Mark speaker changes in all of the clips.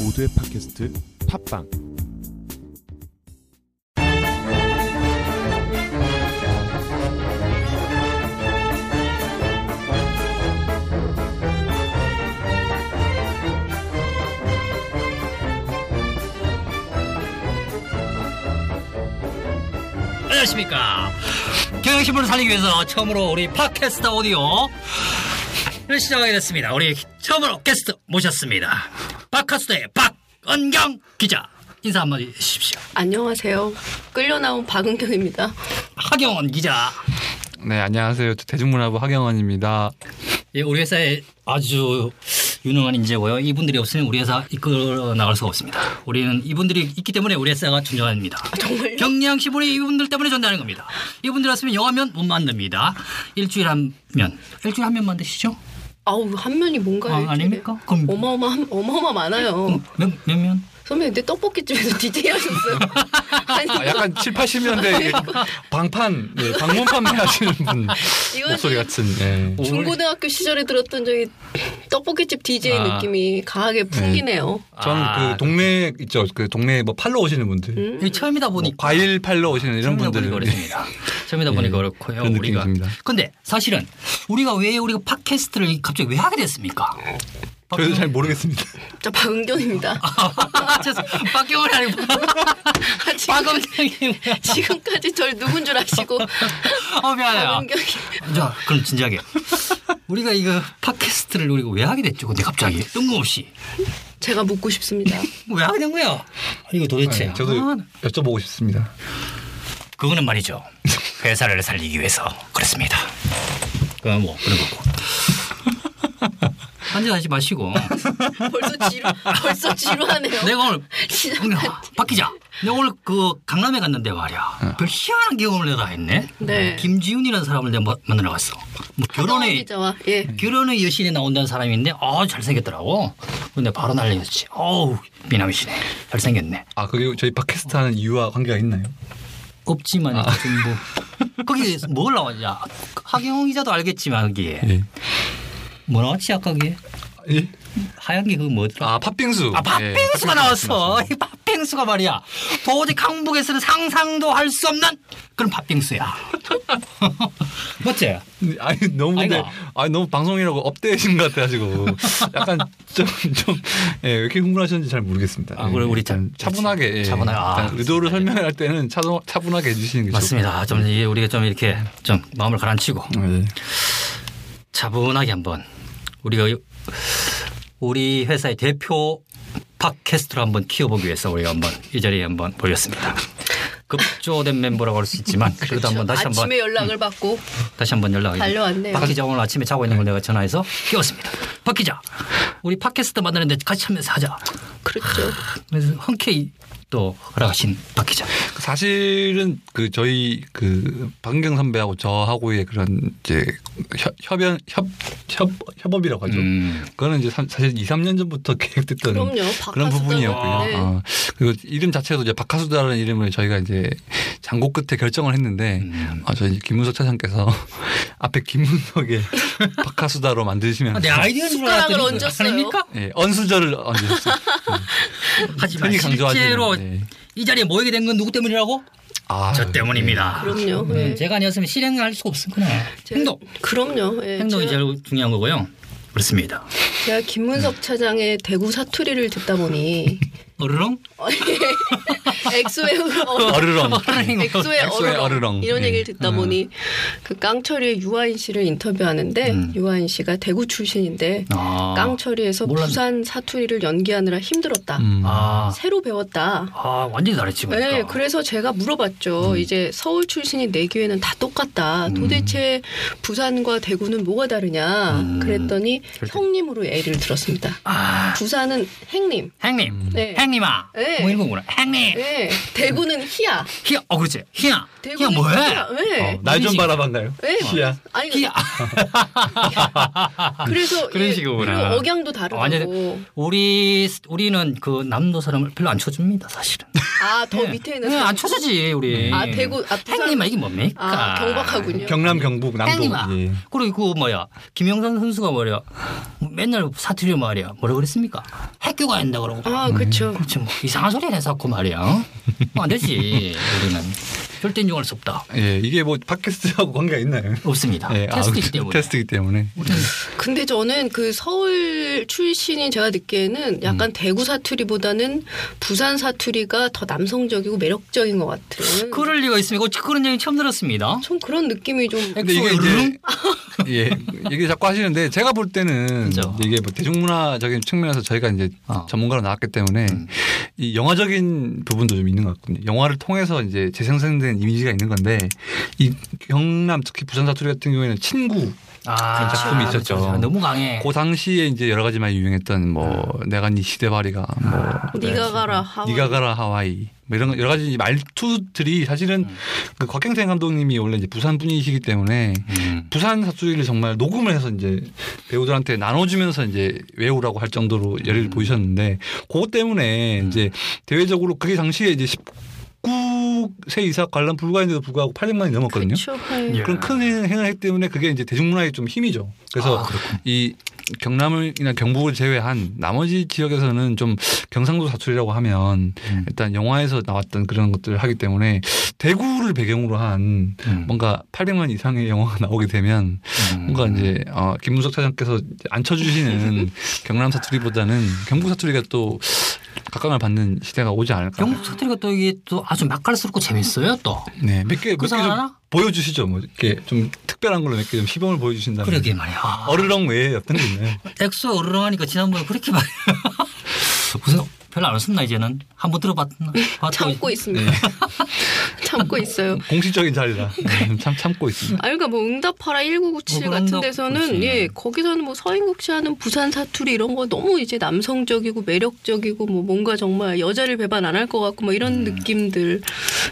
Speaker 1: 모두의 팟캐스트 팟빵
Speaker 2: 안녕하십니까. 경영신문을 살리기 위해서 처음으로 우리 팟캐스트 오디오를 시작하게 됐습니다. 우리 처음으로 게스트 모셨습니다. 팟캐스트의 박은경 기자. 인사 한마디 해주십시오.
Speaker 3: 안녕하세요. 끌려 나온 박은경입니다.
Speaker 2: 하경원 기자.
Speaker 4: 네, 안녕하세요. 저 대중문화부 하경원입니다.
Speaker 2: 예, 우리 회사에 아주 유능한 인재고요. 이분들이 없으면 우리 회사 이끌어 나갈 수가 없습니다. 우리는 이분들이 있기 때문에 우리 회사가 존재합니다.
Speaker 3: 아, 정말요?
Speaker 2: 경량신문이 이분들 때문에 존재하는 겁니다. 이분들 없으면 영화면 못 만듭니다. 일주일 한 면. 일주일 한 면 만드시죠?
Speaker 3: 아우 한 면이 뭔가요?
Speaker 2: 아,
Speaker 3: 일주일에?
Speaker 2: 아닙니까? 음. 그럼-
Speaker 3: 어마어마 한 어마어마 많아요.
Speaker 2: 몇, 몇 면?
Speaker 3: 선배 근데 떡볶이집에서 DJ 하셨어요? 아니
Speaker 4: 아,
Speaker 2: 뭐
Speaker 4: 약간 7, 80년대 방판, 네, 방문 판매하시는 분
Speaker 3: 이거는
Speaker 4: 목소리 같은. 예.
Speaker 3: 중고등학교 시절에 들었던 저기 떡볶이집 DJ
Speaker 2: 아.
Speaker 3: 느낌이 강하게 풍기네요.
Speaker 4: 전그
Speaker 2: 아,
Speaker 4: 동네 있죠. 그 동네 뭐 팔러 오시는 분들,
Speaker 3: 음.
Speaker 2: 이게 예, 처음이다
Speaker 4: 뭐
Speaker 2: 보니까
Speaker 4: 과일 팔러 오시는 이런
Speaker 2: 처음이다
Speaker 4: 분들. 네,
Speaker 2: 보니까 그렇습니다. 처음이다
Speaker 4: 예.
Speaker 2: 보니까 그렇고요.
Speaker 4: 그런 느낌이
Speaker 2: 우리가
Speaker 4: 듭니다.
Speaker 2: 근데 사실은 우리가 왜 우리가 팟캐스트를 갑자기 왜 하게 됐습니까?
Speaker 4: 저희도 잘 모르겠습니다.
Speaker 3: 저 박은경입니다.
Speaker 2: 아, 죄송해요. 박경원 아니고
Speaker 3: 아, 지금-
Speaker 2: 박음경이
Speaker 3: 지금까지 절 누군 줄 아시고
Speaker 2: 어 미안해요.
Speaker 3: 박은경이
Speaker 2: 자 그럼 진지하게 우리가 이거 팟캐스트를 우리가 왜 하게 됐죠? 근데 갑자기 뜬금없이
Speaker 3: 제가 묻고 싶습니다.
Speaker 2: 왜 하게 된 거야? 이거 도대체
Speaker 4: 네, 저도
Speaker 2: 아,
Speaker 4: 여쭤보고 싶습니다.
Speaker 2: 그거는 말이죠. 회사를 살리기 위해서 그렇습니다. 그건 뭐 그런 거고. 한잔 하지 마시고.
Speaker 3: 벌써 지루 벌써 지루하네요.
Speaker 2: 내가 오늘
Speaker 3: 진짜.
Speaker 2: 박 기자. 내가 오늘 그 강남에 갔는데 말이야. 별 희한한 경험을 내가 했네.
Speaker 3: 네.
Speaker 2: 김지훈이라는 사람을 내가 마- 만나러 갔어. 뭐
Speaker 3: 하경원
Speaker 2: 결혼의
Speaker 3: 기자와 예.
Speaker 2: 결혼의 여신에 나온다는 사람인데 아 잘생겼더라고. 근데 바로 난리였지. 어우 미남이시네. 잘생겼네.
Speaker 4: 아, 그리고 저희 팟캐스트 하는 이유와 관계가 있나요?
Speaker 2: 없지만 요즘 뭐 거기 뭘 나왔냐? 하경 기자도 알겠지만 거기에
Speaker 4: 예.
Speaker 2: 뭐 나왔지 아까 그게
Speaker 4: 예?
Speaker 2: 하얀 게 그거 뭐더라?
Speaker 4: 아, 팥빙수.
Speaker 2: 아, 팥빙수가
Speaker 4: 예.
Speaker 2: 나왔어. 이 팥빙수가 말이야. 도저히 강북에서는 상상도 할 수 없는 그런 팥빙수야. 맞지?
Speaker 4: 아니 너무 근데
Speaker 2: 아이고.
Speaker 4: 아니 너무 방송이라고 업데이신 것 같아가지고 약간 좀 좀예왜 이렇게 흥분하셨는지 잘 모르겠습니다.
Speaker 2: 아, 그래,
Speaker 4: 예,
Speaker 2: 우리
Speaker 4: 일단
Speaker 2: 참-
Speaker 4: 차분하게 예,
Speaker 2: 차분하게, 아,
Speaker 4: 일단 의도를 설명할 때는 차, 차분하게 해주시는 게
Speaker 2: 맞습니다. 좀 이게 우리가 좀 이렇게 좀 음. 마음을 가라앉히고
Speaker 4: 좋을 것 같아요. 예.
Speaker 2: 차분하게 한번 우리가 이- 우리 회사의 대표 팟캐스트로 한번 키워보기 위해서 우리가 한번 이 자리에 한번 모였습니다. 급조된 멤버라고 할 수 있지만 그래도 한번 다시 한번
Speaker 3: 아침에 연락을 받고
Speaker 2: 다시 한번 연락을
Speaker 3: 달려왔네요.
Speaker 2: 박 기자 오늘 아침에 자고 있는 걸 내가 전화해서 깨웠습니다. 박 기자 우리 팟캐스트 만드는데 같이 하면서 하자.
Speaker 3: 그렇죠.
Speaker 2: 그래서 흔쾌히 또 허락하신 박 기자.
Speaker 4: 그 사실은 그 저희 그 박은경 선배하고 저하고의 그런 이제 협, 협연 협, 협 협업이라고 하죠.
Speaker 2: 음.
Speaker 4: 그거는 이제 삼- 사실 2, 3년 전부터 계획됐던
Speaker 3: 그럼요.
Speaker 4: 런
Speaker 3: 박하수다.
Speaker 4: 부분이었고요.
Speaker 3: 네.
Speaker 4: 어, 그리고 이름 자체도 이제 박하수다라는 이름을 저희가 이제 장고 끝에 결정을 했는데
Speaker 2: 음.
Speaker 4: 아, 저희 김문석 차장께서 앞에 김문석의 박하수다로 만드시면
Speaker 2: 아, 내 아이디어인 줄
Speaker 3: 숟가락을
Speaker 2: 알았더니
Speaker 3: 얹었어요.
Speaker 2: 아닙니까?
Speaker 4: 예, 언수절을 얹으셨어요. 음.
Speaker 2: 하지만
Speaker 4: 흔히 강조하시는,
Speaker 2: 실제로
Speaker 4: 예.
Speaker 2: 이 자리에 모이게 된 건 누구 때문이라고?
Speaker 4: 아,
Speaker 2: 저 때문입니다.
Speaker 3: 그럼요.
Speaker 4: 그렇죠.
Speaker 2: 네,
Speaker 3: 예.
Speaker 2: 제가 아니었으면 실행할 수가 없을 거나
Speaker 3: 제-
Speaker 2: 행동.
Speaker 3: 그럼요. 예,
Speaker 2: 행동이
Speaker 3: 제가,
Speaker 2: 제일 중요한 거고요. 그렇습니다.
Speaker 3: 제가 김문석 차장의 대구 사투리를 듣다 보니 예,
Speaker 2: 어르렁?
Speaker 3: 엑소의 어른,
Speaker 4: 어르렁.
Speaker 3: 엑소의
Speaker 4: 엑소의
Speaker 3: 어른
Speaker 4: 어르렁.
Speaker 3: 이런
Speaker 4: 예.
Speaker 3: 얘기를 듣다
Speaker 4: 음.
Speaker 3: 보니 그 깡철이의 유아인 씨를 인터뷰하는데
Speaker 2: 음.
Speaker 3: 유아인 씨가 대구 출신인데
Speaker 2: 아.
Speaker 3: 깡철이에서
Speaker 2: 몰랐네.
Speaker 3: 부산 사투리를 연기하느라 힘들었다.
Speaker 4: 음.
Speaker 2: 아.
Speaker 3: 새로 배웠다.
Speaker 2: 아, 완전히 다르지 보니까. 음.
Speaker 3: 네, 그래서 제가 물어봤죠. 이제 서울 출신이 내기에는 다 똑같다. 도대체 부산과 대구는 뭐가 다르냐?
Speaker 2: 음.
Speaker 3: 그랬더니
Speaker 2: 절대.
Speaker 3: 형님으로 예를 들었습니다.
Speaker 2: 아,
Speaker 3: 부산은 행님.
Speaker 4: 음.
Speaker 2: 행님.
Speaker 3: 네.
Speaker 2: 행님아.
Speaker 3: 네.
Speaker 2: 뭐 이런 거구나. 행님.
Speaker 3: 예. 대구는 희야.
Speaker 2: 희야. 어 그렇지. 희야. 희야
Speaker 3: 대구는
Speaker 2: 뭐해?
Speaker 3: 예.
Speaker 4: 날 좀
Speaker 2: 민식.
Speaker 4: 바라봤나요?
Speaker 3: 예.
Speaker 4: 희야.
Speaker 3: 아니
Speaker 2: 희야. 아,
Speaker 3: 그래서
Speaker 2: 그런
Speaker 3: 이-
Speaker 2: 식이구나.
Speaker 3: 예.
Speaker 2: 아, 어,
Speaker 3: 그리고 억양도 다르고.
Speaker 2: 완전히- 우리 우리는 그 남도 사람을 별로 안 쳐줍니다 사실은.
Speaker 3: 아, 더
Speaker 2: 네.
Speaker 3: 밑에는
Speaker 2: 네, 안 쳐주지 우리.
Speaker 3: 아, 대구 아, 부산-
Speaker 2: 행님아 이게 뭡니까?
Speaker 3: 아, 경박하군요.
Speaker 4: 경남 경북 네. 남도.
Speaker 2: 행님아.
Speaker 4: 예.
Speaker 2: 그리고 그 뭐야 김영선 선수가 뭐야 맨날 사투리 말이야 뭐라 그랬습니까? 학교가 된다 그러고.
Speaker 3: 아, 그렇죠.
Speaker 2: 그렇지 뭐 이상한 소리 내서고 말이야. 어? 안 되지 우리는 절대 인정할 수 없다.
Speaker 4: 예, 이게 뭐 팟캐스트하고 관계가 있나요?
Speaker 2: 없습니다.
Speaker 4: 예, 아,
Speaker 2: 테스트이기 때문에. 네.
Speaker 4: 테스트이기 때문에.
Speaker 3: 근데 저는 그 서울 출신인 제가 듣기에는
Speaker 4: 음.
Speaker 3: 약간 대구 사투리보다는 부산 사투리가 더 남성적이고 매력적인 것 같은.
Speaker 2: 그럴 리가 있습니까? 어찌 그런 얘기 처음 들었습니다.
Speaker 3: 전 그런 느낌이 좀.
Speaker 2: 에,
Speaker 4: 근데 이게
Speaker 2: 엑소의
Speaker 4: 이제 예 얘기 자꾸 하시는데 제가 볼 때는
Speaker 2: 그죠.
Speaker 4: 이게 뭐 대중문화적인 측면에서 저희가 이제
Speaker 2: 어.
Speaker 4: 전문가로 나왔기 때문에
Speaker 2: 음.
Speaker 4: 이 영화적인 부분도 좀 있는 것 같거든요. 영화를 통해서 이제 재생산된 이미지가 있는 건데 이 경남 특히 부산 사투리 같은 경우에는 친구
Speaker 2: 아,
Speaker 4: 작품이
Speaker 2: 그렇죠.
Speaker 4: 있었죠.
Speaker 2: 너무 강해.
Speaker 4: 그 당시에 이제 여러 가지 많이 유행했던 뭐
Speaker 2: 음.
Speaker 4: 내가 네 시대바리가
Speaker 2: 아,
Speaker 4: 뭐
Speaker 3: 네가 가라 하와이.
Speaker 4: 네가 가라 하와이 뭐 이런 여러 가지 말투들이 사실은
Speaker 2: 음.
Speaker 4: 그 곽경태 감독님이 원래 이제 부산 분이시기 때문에
Speaker 2: 음.
Speaker 4: 부산 사투리를 정말 녹음을 해서 이제 배우들한테 나눠주면서 이제 외우라고 할 정도로
Speaker 2: 음.
Speaker 4: 열의를 보이셨는데 그것 때문에 이제 대외적으로 그게 당시에 이제 19세 이상 관람 불가인데도 불구하고 800만이 넘었거든요.
Speaker 3: 그렇죠. 네.
Speaker 2: 예.
Speaker 4: 그런 큰 행을 했기 때문에 그게 이제 대중문화의 좀 힘이죠. 그래서
Speaker 2: 아, 그렇군요.
Speaker 4: 이 경남이나 경북을 제외한 나머지 지역에서는 좀 경상도 사투리라고 하면
Speaker 2: 음.
Speaker 4: 일단 영화에서 나왔던 그런 것들을 하기 때문에 대구를 배경으로 한
Speaker 2: 음.
Speaker 4: 뭔가 800만 이상의 영화가 나오게 되면
Speaker 2: 음.
Speaker 4: 뭔가 이제 어, 김문석 차장께서 이제 안 쳐주시는 경남 사투리보다는 경북 사투리가 또 각광을 받는 시대가 오지 않을까.
Speaker 2: 영국 사투리가 또 이게 또 아주 맛깔스럽고 재밌어요 또.
Speaker 4: 네, 몇 개,
Speaker 2: 그
Speaker 4: 몇 개
Speaker 2: 사람
Speaker 4: 좀
Speaker 2: 하나?
Speaker 4: 보여주시죠. 뭐 이렇게 좀 특별한 걸로 몇 개 좀 시범을 보여주신다면.
Speaker 2: 그러게 말이야.
Speaker 4: 어르렁 외에 네. 아, 어떤 게 있나요?
Speaker 2: 엑소 어르렁하니까 지난번에 그렇게 말이야. 무슨 별로 안 웃었나 이제는 한번 들어봤나. 봤다고
Speaker 3: 참고
Speaker 4: 예.
Speaker 3: 있습니다. 참고 있어요.
Speaker 4: 공식적인 자리라 네, 참 참고 있습니다.
Speaker 3: 아, 그러니까 뭐 응답하라 1997
Speaker 2: 뭐 그런
Speaker 3: 같은
Speaker 2: 거
Speaker 3: 데서는
Speaker 2: 그렇지.
Speaker 3: 예 거기서는 뭐 서인국 씨 하는 부산 사투리 이런 거 너무 이제 남성적이고 매력적이고 뭐 뭔가 정말 여자를 배반 안 할 것 같고 뭐 이런
Speaker 4: 음.
Speaker 3: 느낌들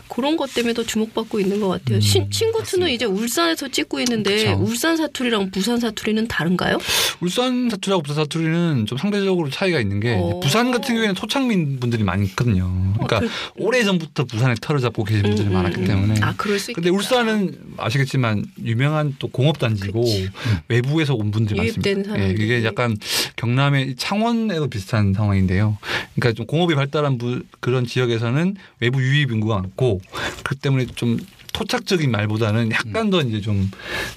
Speaker 3: 그런 것 때문에 더 주목받고 있는 것 같아요. 신- 친구 투는 이제 울산에서 찍고 있는데
Speaker 4: 음, 그쵸.
Speaker 3: 울산 사투리랑 부산 사투리는 다른가요?
Speaker 4: 울산 사투리하고 부산 사투리는 좀 상대적으로 차이가 있는 게
Speaker 2: 어.
Speaker 3: 오.
Speaker 4: 부산 같은 경우에는 소창민 분들이 많거든요. 그러니까 오래 전부터 부산에 터를 잡고 계신 분들이
Speaker 3: 음,
Speaker 4: 많았기
Speaker 3: 음, 음.
Speaker 4: 때문에.
Speaker 3: 아 그럴 수
Speaker 4: 근데
Speaker 3: 있겠다.
Speaker 4: 울산은 아시겠지만 유명한 또 공업단지고 음.
Speaker 3: 그치.
Speaker 4: 외부에서 온 분들이
Speaker 3: 유입된
Speaker 4: 많습니다. 예,
Speaker 3: 사람들이.
Speaker 4: 이게 약간 경남의 창원에도 비슷한 상황인데요. 그러니까 좀 공업이 발달한 부- 그런 지역에서는 외부 유입 인구가 많고 그렇기 때문에 좀 토착적인 말보다는
Speaker 3: 음.
Speaker 4: 약간 더 이제 좀,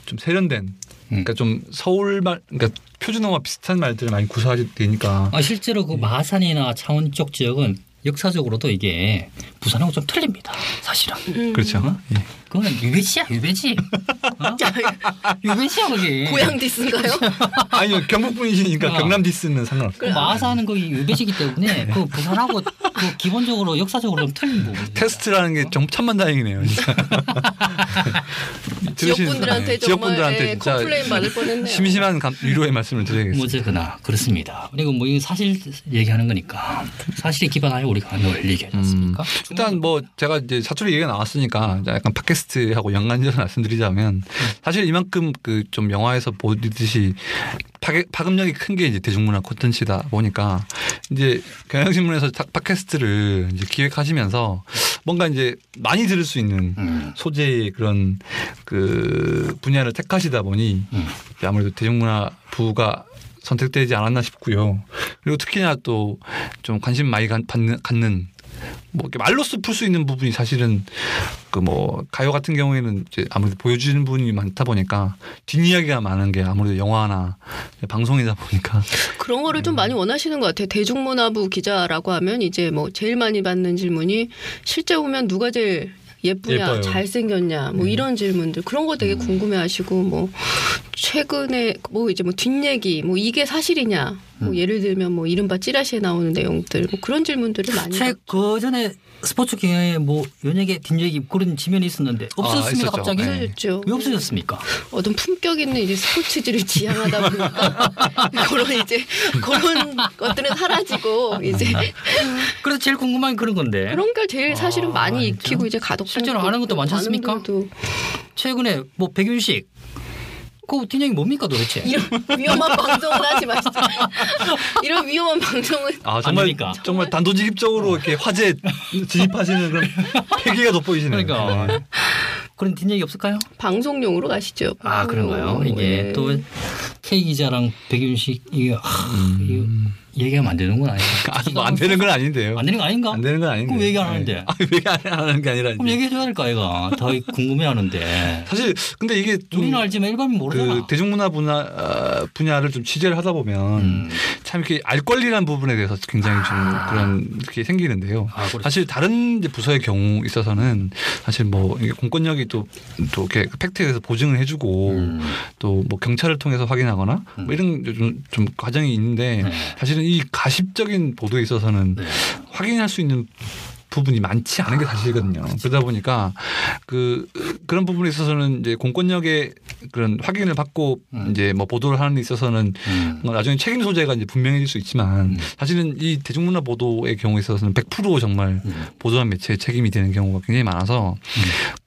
Speaker 4: 좀 세련된 그러니까 좀 서울 말 그러니까 표준어와 비슷한 말들을 많이 구사하게 되니까
Speaker 2: 아 실제로 그
Speaker 4: 예.
Speaker 2: 마산이나 창원 쪽 지역은 역사적으로도 이게 부산하고 좀 틀립니다. 사실은. 어?
Speaker 3: 음.
Speaker 4: 그렇죠. 예.
Speaker 2: 그거는 유배지야 유배지. 어? 유배지야 그게.
Speaker 3: 고향 디스인가요?
Speaker 4: 아니요 경북 분이시니까
Speaker 2: 아.
Speaker 4: 경남 디스는 상관없어요.
Speaker 2: 그 마산은 거기 유배지기
Speaker 4: 네.
Speaker 2: 때문에 그 부산하고 그 기본적으로 역사적으로 좀 틀린 부분.
Speaker 4: 테스트라는 게 좀 천만다행이네요. 진짜. 들으시는-
Speaker 3: 지역분들한테
Speaker 4: 네,
Speaker 3: 정말
Speaker 4: 지역분들한테
Speaker 3: 예,
Speaker 4: 진짜
Speaker 3: 컴플레인 받을 뻔했네요.
Speaker 4: 심심한 감- 위로의 말씀을 드려야겠습니다.
Speaker 2: 뭐제거나 그렇습니다. 그리고 뭐 이건 사실 얘기하는 거니까 사실에 기반하여 우리가 늘 얘기하지 않습니까?
Speaker 4: 일단 뭐 제가 이제 사투리 얘기가 나왔으니까 약간 팟캐스트하고 연관지어서 말씀드리자면 사실 이만큼 그 좀 영화에서 보듯이 파괴- 파급력이 큰 게 이제 대중문화 콘텐츠다 보니까 이제 경향신문에서 탁- 팟캐스트를 이제 기획하시면서 뭔가 이제 많이 들을 수 있는
Speaker 2: 음.
Speaker 4: 소재의 그런 그 분야를 택하시다 보니
Speaker 2: 음.
Speaker 4: 아무래도 대중문화 부가 선택되지 않았나 싶고요. 그리고 특히나 또 좀 관심 많이 간- 받는, 갖는 뭐 이렇게 말로써 풀 수 있는 부분이 사실은 그 뭐 가요 같은 경우에는 이제 아무래도 보여주는 부분이 많다 보니까 뒷이야기가 많은 게 아무래도 영화나 방송이다 보니까
Speaker 3: 그런 거를 좀 많이 원하시는 것 같아요. 대중문화부 기자라고 하면 이제 뭐 제일 많이 받는 질문이 실제 보면 누가 제일 예쁘냐,
Speaker 4: 예뻐요. 음.
Speaker 3: 잘생겼냐, 뭐 이런 질문들 그런 거 되게 궁금해하시고 뭐 최근에 뭐 이제 뭐 뒷얘기 뭐 이게 사실이냐 뭐
Speaker 4: 음.
Speaker 3: 예를 들면 뭐 이른바 찌라시에 나오는 내용들 뭐 그런 질문들을
Speaker 4: 음.
Speaker 3: 많이
Speaker 2: 제 그전에 스포츠 경영에 뭐 연예계 뒷얘기 그런 지면이 있었는데 없어졌습니다
Speaker 4: 아, 있었죠.
Speaker 2: 갑자기
Speaker 4: 네.
Speaker 3: 했죠.
Speaker 2: 왜 없어졌습니까?
Speaker 3: 어떤 품격 있는 이제 스포츠들을 지향하다 보니까 그런 이제 그런 것들은 사라지고 이제
Speaker 2: 그래서 제일 궁금한 게 그런 건데
Speaker 3: 그런 걸 제일 사실은
Speaker 2: 네? 아,
Speaker 3: 많이
Speaker 2: 진짜?
Speaker 3: 익히고 이제 가독
Speaker 2: 실제로 아는 것도 많지 않습니까? 최근에 뭐 백윤식 그 뒷얘기 뭡니까 도대체?
Speaker 3: 이런 위험한 방송은 하지 마시죠. 이런 위험한 방송은
Speaker 4: 아
Speaker 2: 안
Speaker 4: 정말
Speaker 2: 되니까. 어.
Speaker 4: 정말 단도직입적으로 이렇게 화제 진입하시는 그런 패기가 돋보이시네요.
Speaker 2: 그러니까.
Speaker 4: 네.
Speaker 2: 그런 뒷얘기 없을까요?
Speaker 3: 방송용으로 가시죠.
Speaker 2: 아 그런가요?
Speaker 3: 방송용으로.
Speaker 2: 이게
Speaker 4: 예.
Speaker 3: 네.
Speaker 2: 또 K 기자랑 백윤식 이게 하, 이거 얘기하면 안 되는 건 아니에요?
Speaker 4: 음. 아, 뭐안 되는 건 아닌데요.
Speaker 2: 안 되는 거 아닌가?
Speaker 4: 안 되는 건 아닌데.
Speaker 2: 어? 그럼 얘기 안 하는데.
Speaker 4: 네. 아, 얘기 안 하는 게 아니라.
Speaker 2: 그럼
Speaker 4: 이제.
Speaker 2: 얘기해줘야 될까 얘가 더 궁금해하는데
Speaker 4: 사실 근데 이게 좀
Speaker 2: 우리는 알지만 일반인 모르잖아.
Speaker 4: 그 대중문화 분야 어, 분야를 좀 취재를 하다 보면
Speaker 2: 음.
Speaker 4: 참 이렇게 알 권리라는 부분에 대해서 굉장히 좀 그런 게 생기는데요.
Speaker 2: 아, 그렇죠.
Speaker 4: 사실 다른 이제 부서의 경우 있어서는 사실 뭐 이게 공권력이 또 또 이렇게 그 팩트에서 보증을 해주고
Speaker 2: 음.
Speaker 4: 또 뭐 경찰을 통해서 확인하거나 뭐 이런 좀, 좀 과정이 있는데
Speaker 2: 네.
Speaker 4: 사실은 이 가십적인 보도에 있어서는
Speaker 2: 네. 아,
Speaker 4: 확인할 수 있는 부분이 많지 않은 게 사실이거든요.
Speaker 2: 그렇죠.
Speaker 4: 그러다 보니까 그 그런 부분에 있어서는 이제 공권력의 그런 확인을 받고
Speaker 2: 음.
Speaker 4: 이제 뭐 보도를 하는 데 있어서는
Speaker 2: 음.
Speaker 4: 뭐 나중에 책임 소재가 이제 분명해질 수 있지만
Speaker 2: 음.
Speaker 4: 사실은 이 대중문화 보도의 경우에 있어서는 100% 정말
Speaker 2: 음.
Speaker 4: 보도한 매체의 책임이 되는 경우가 굉장히 많아서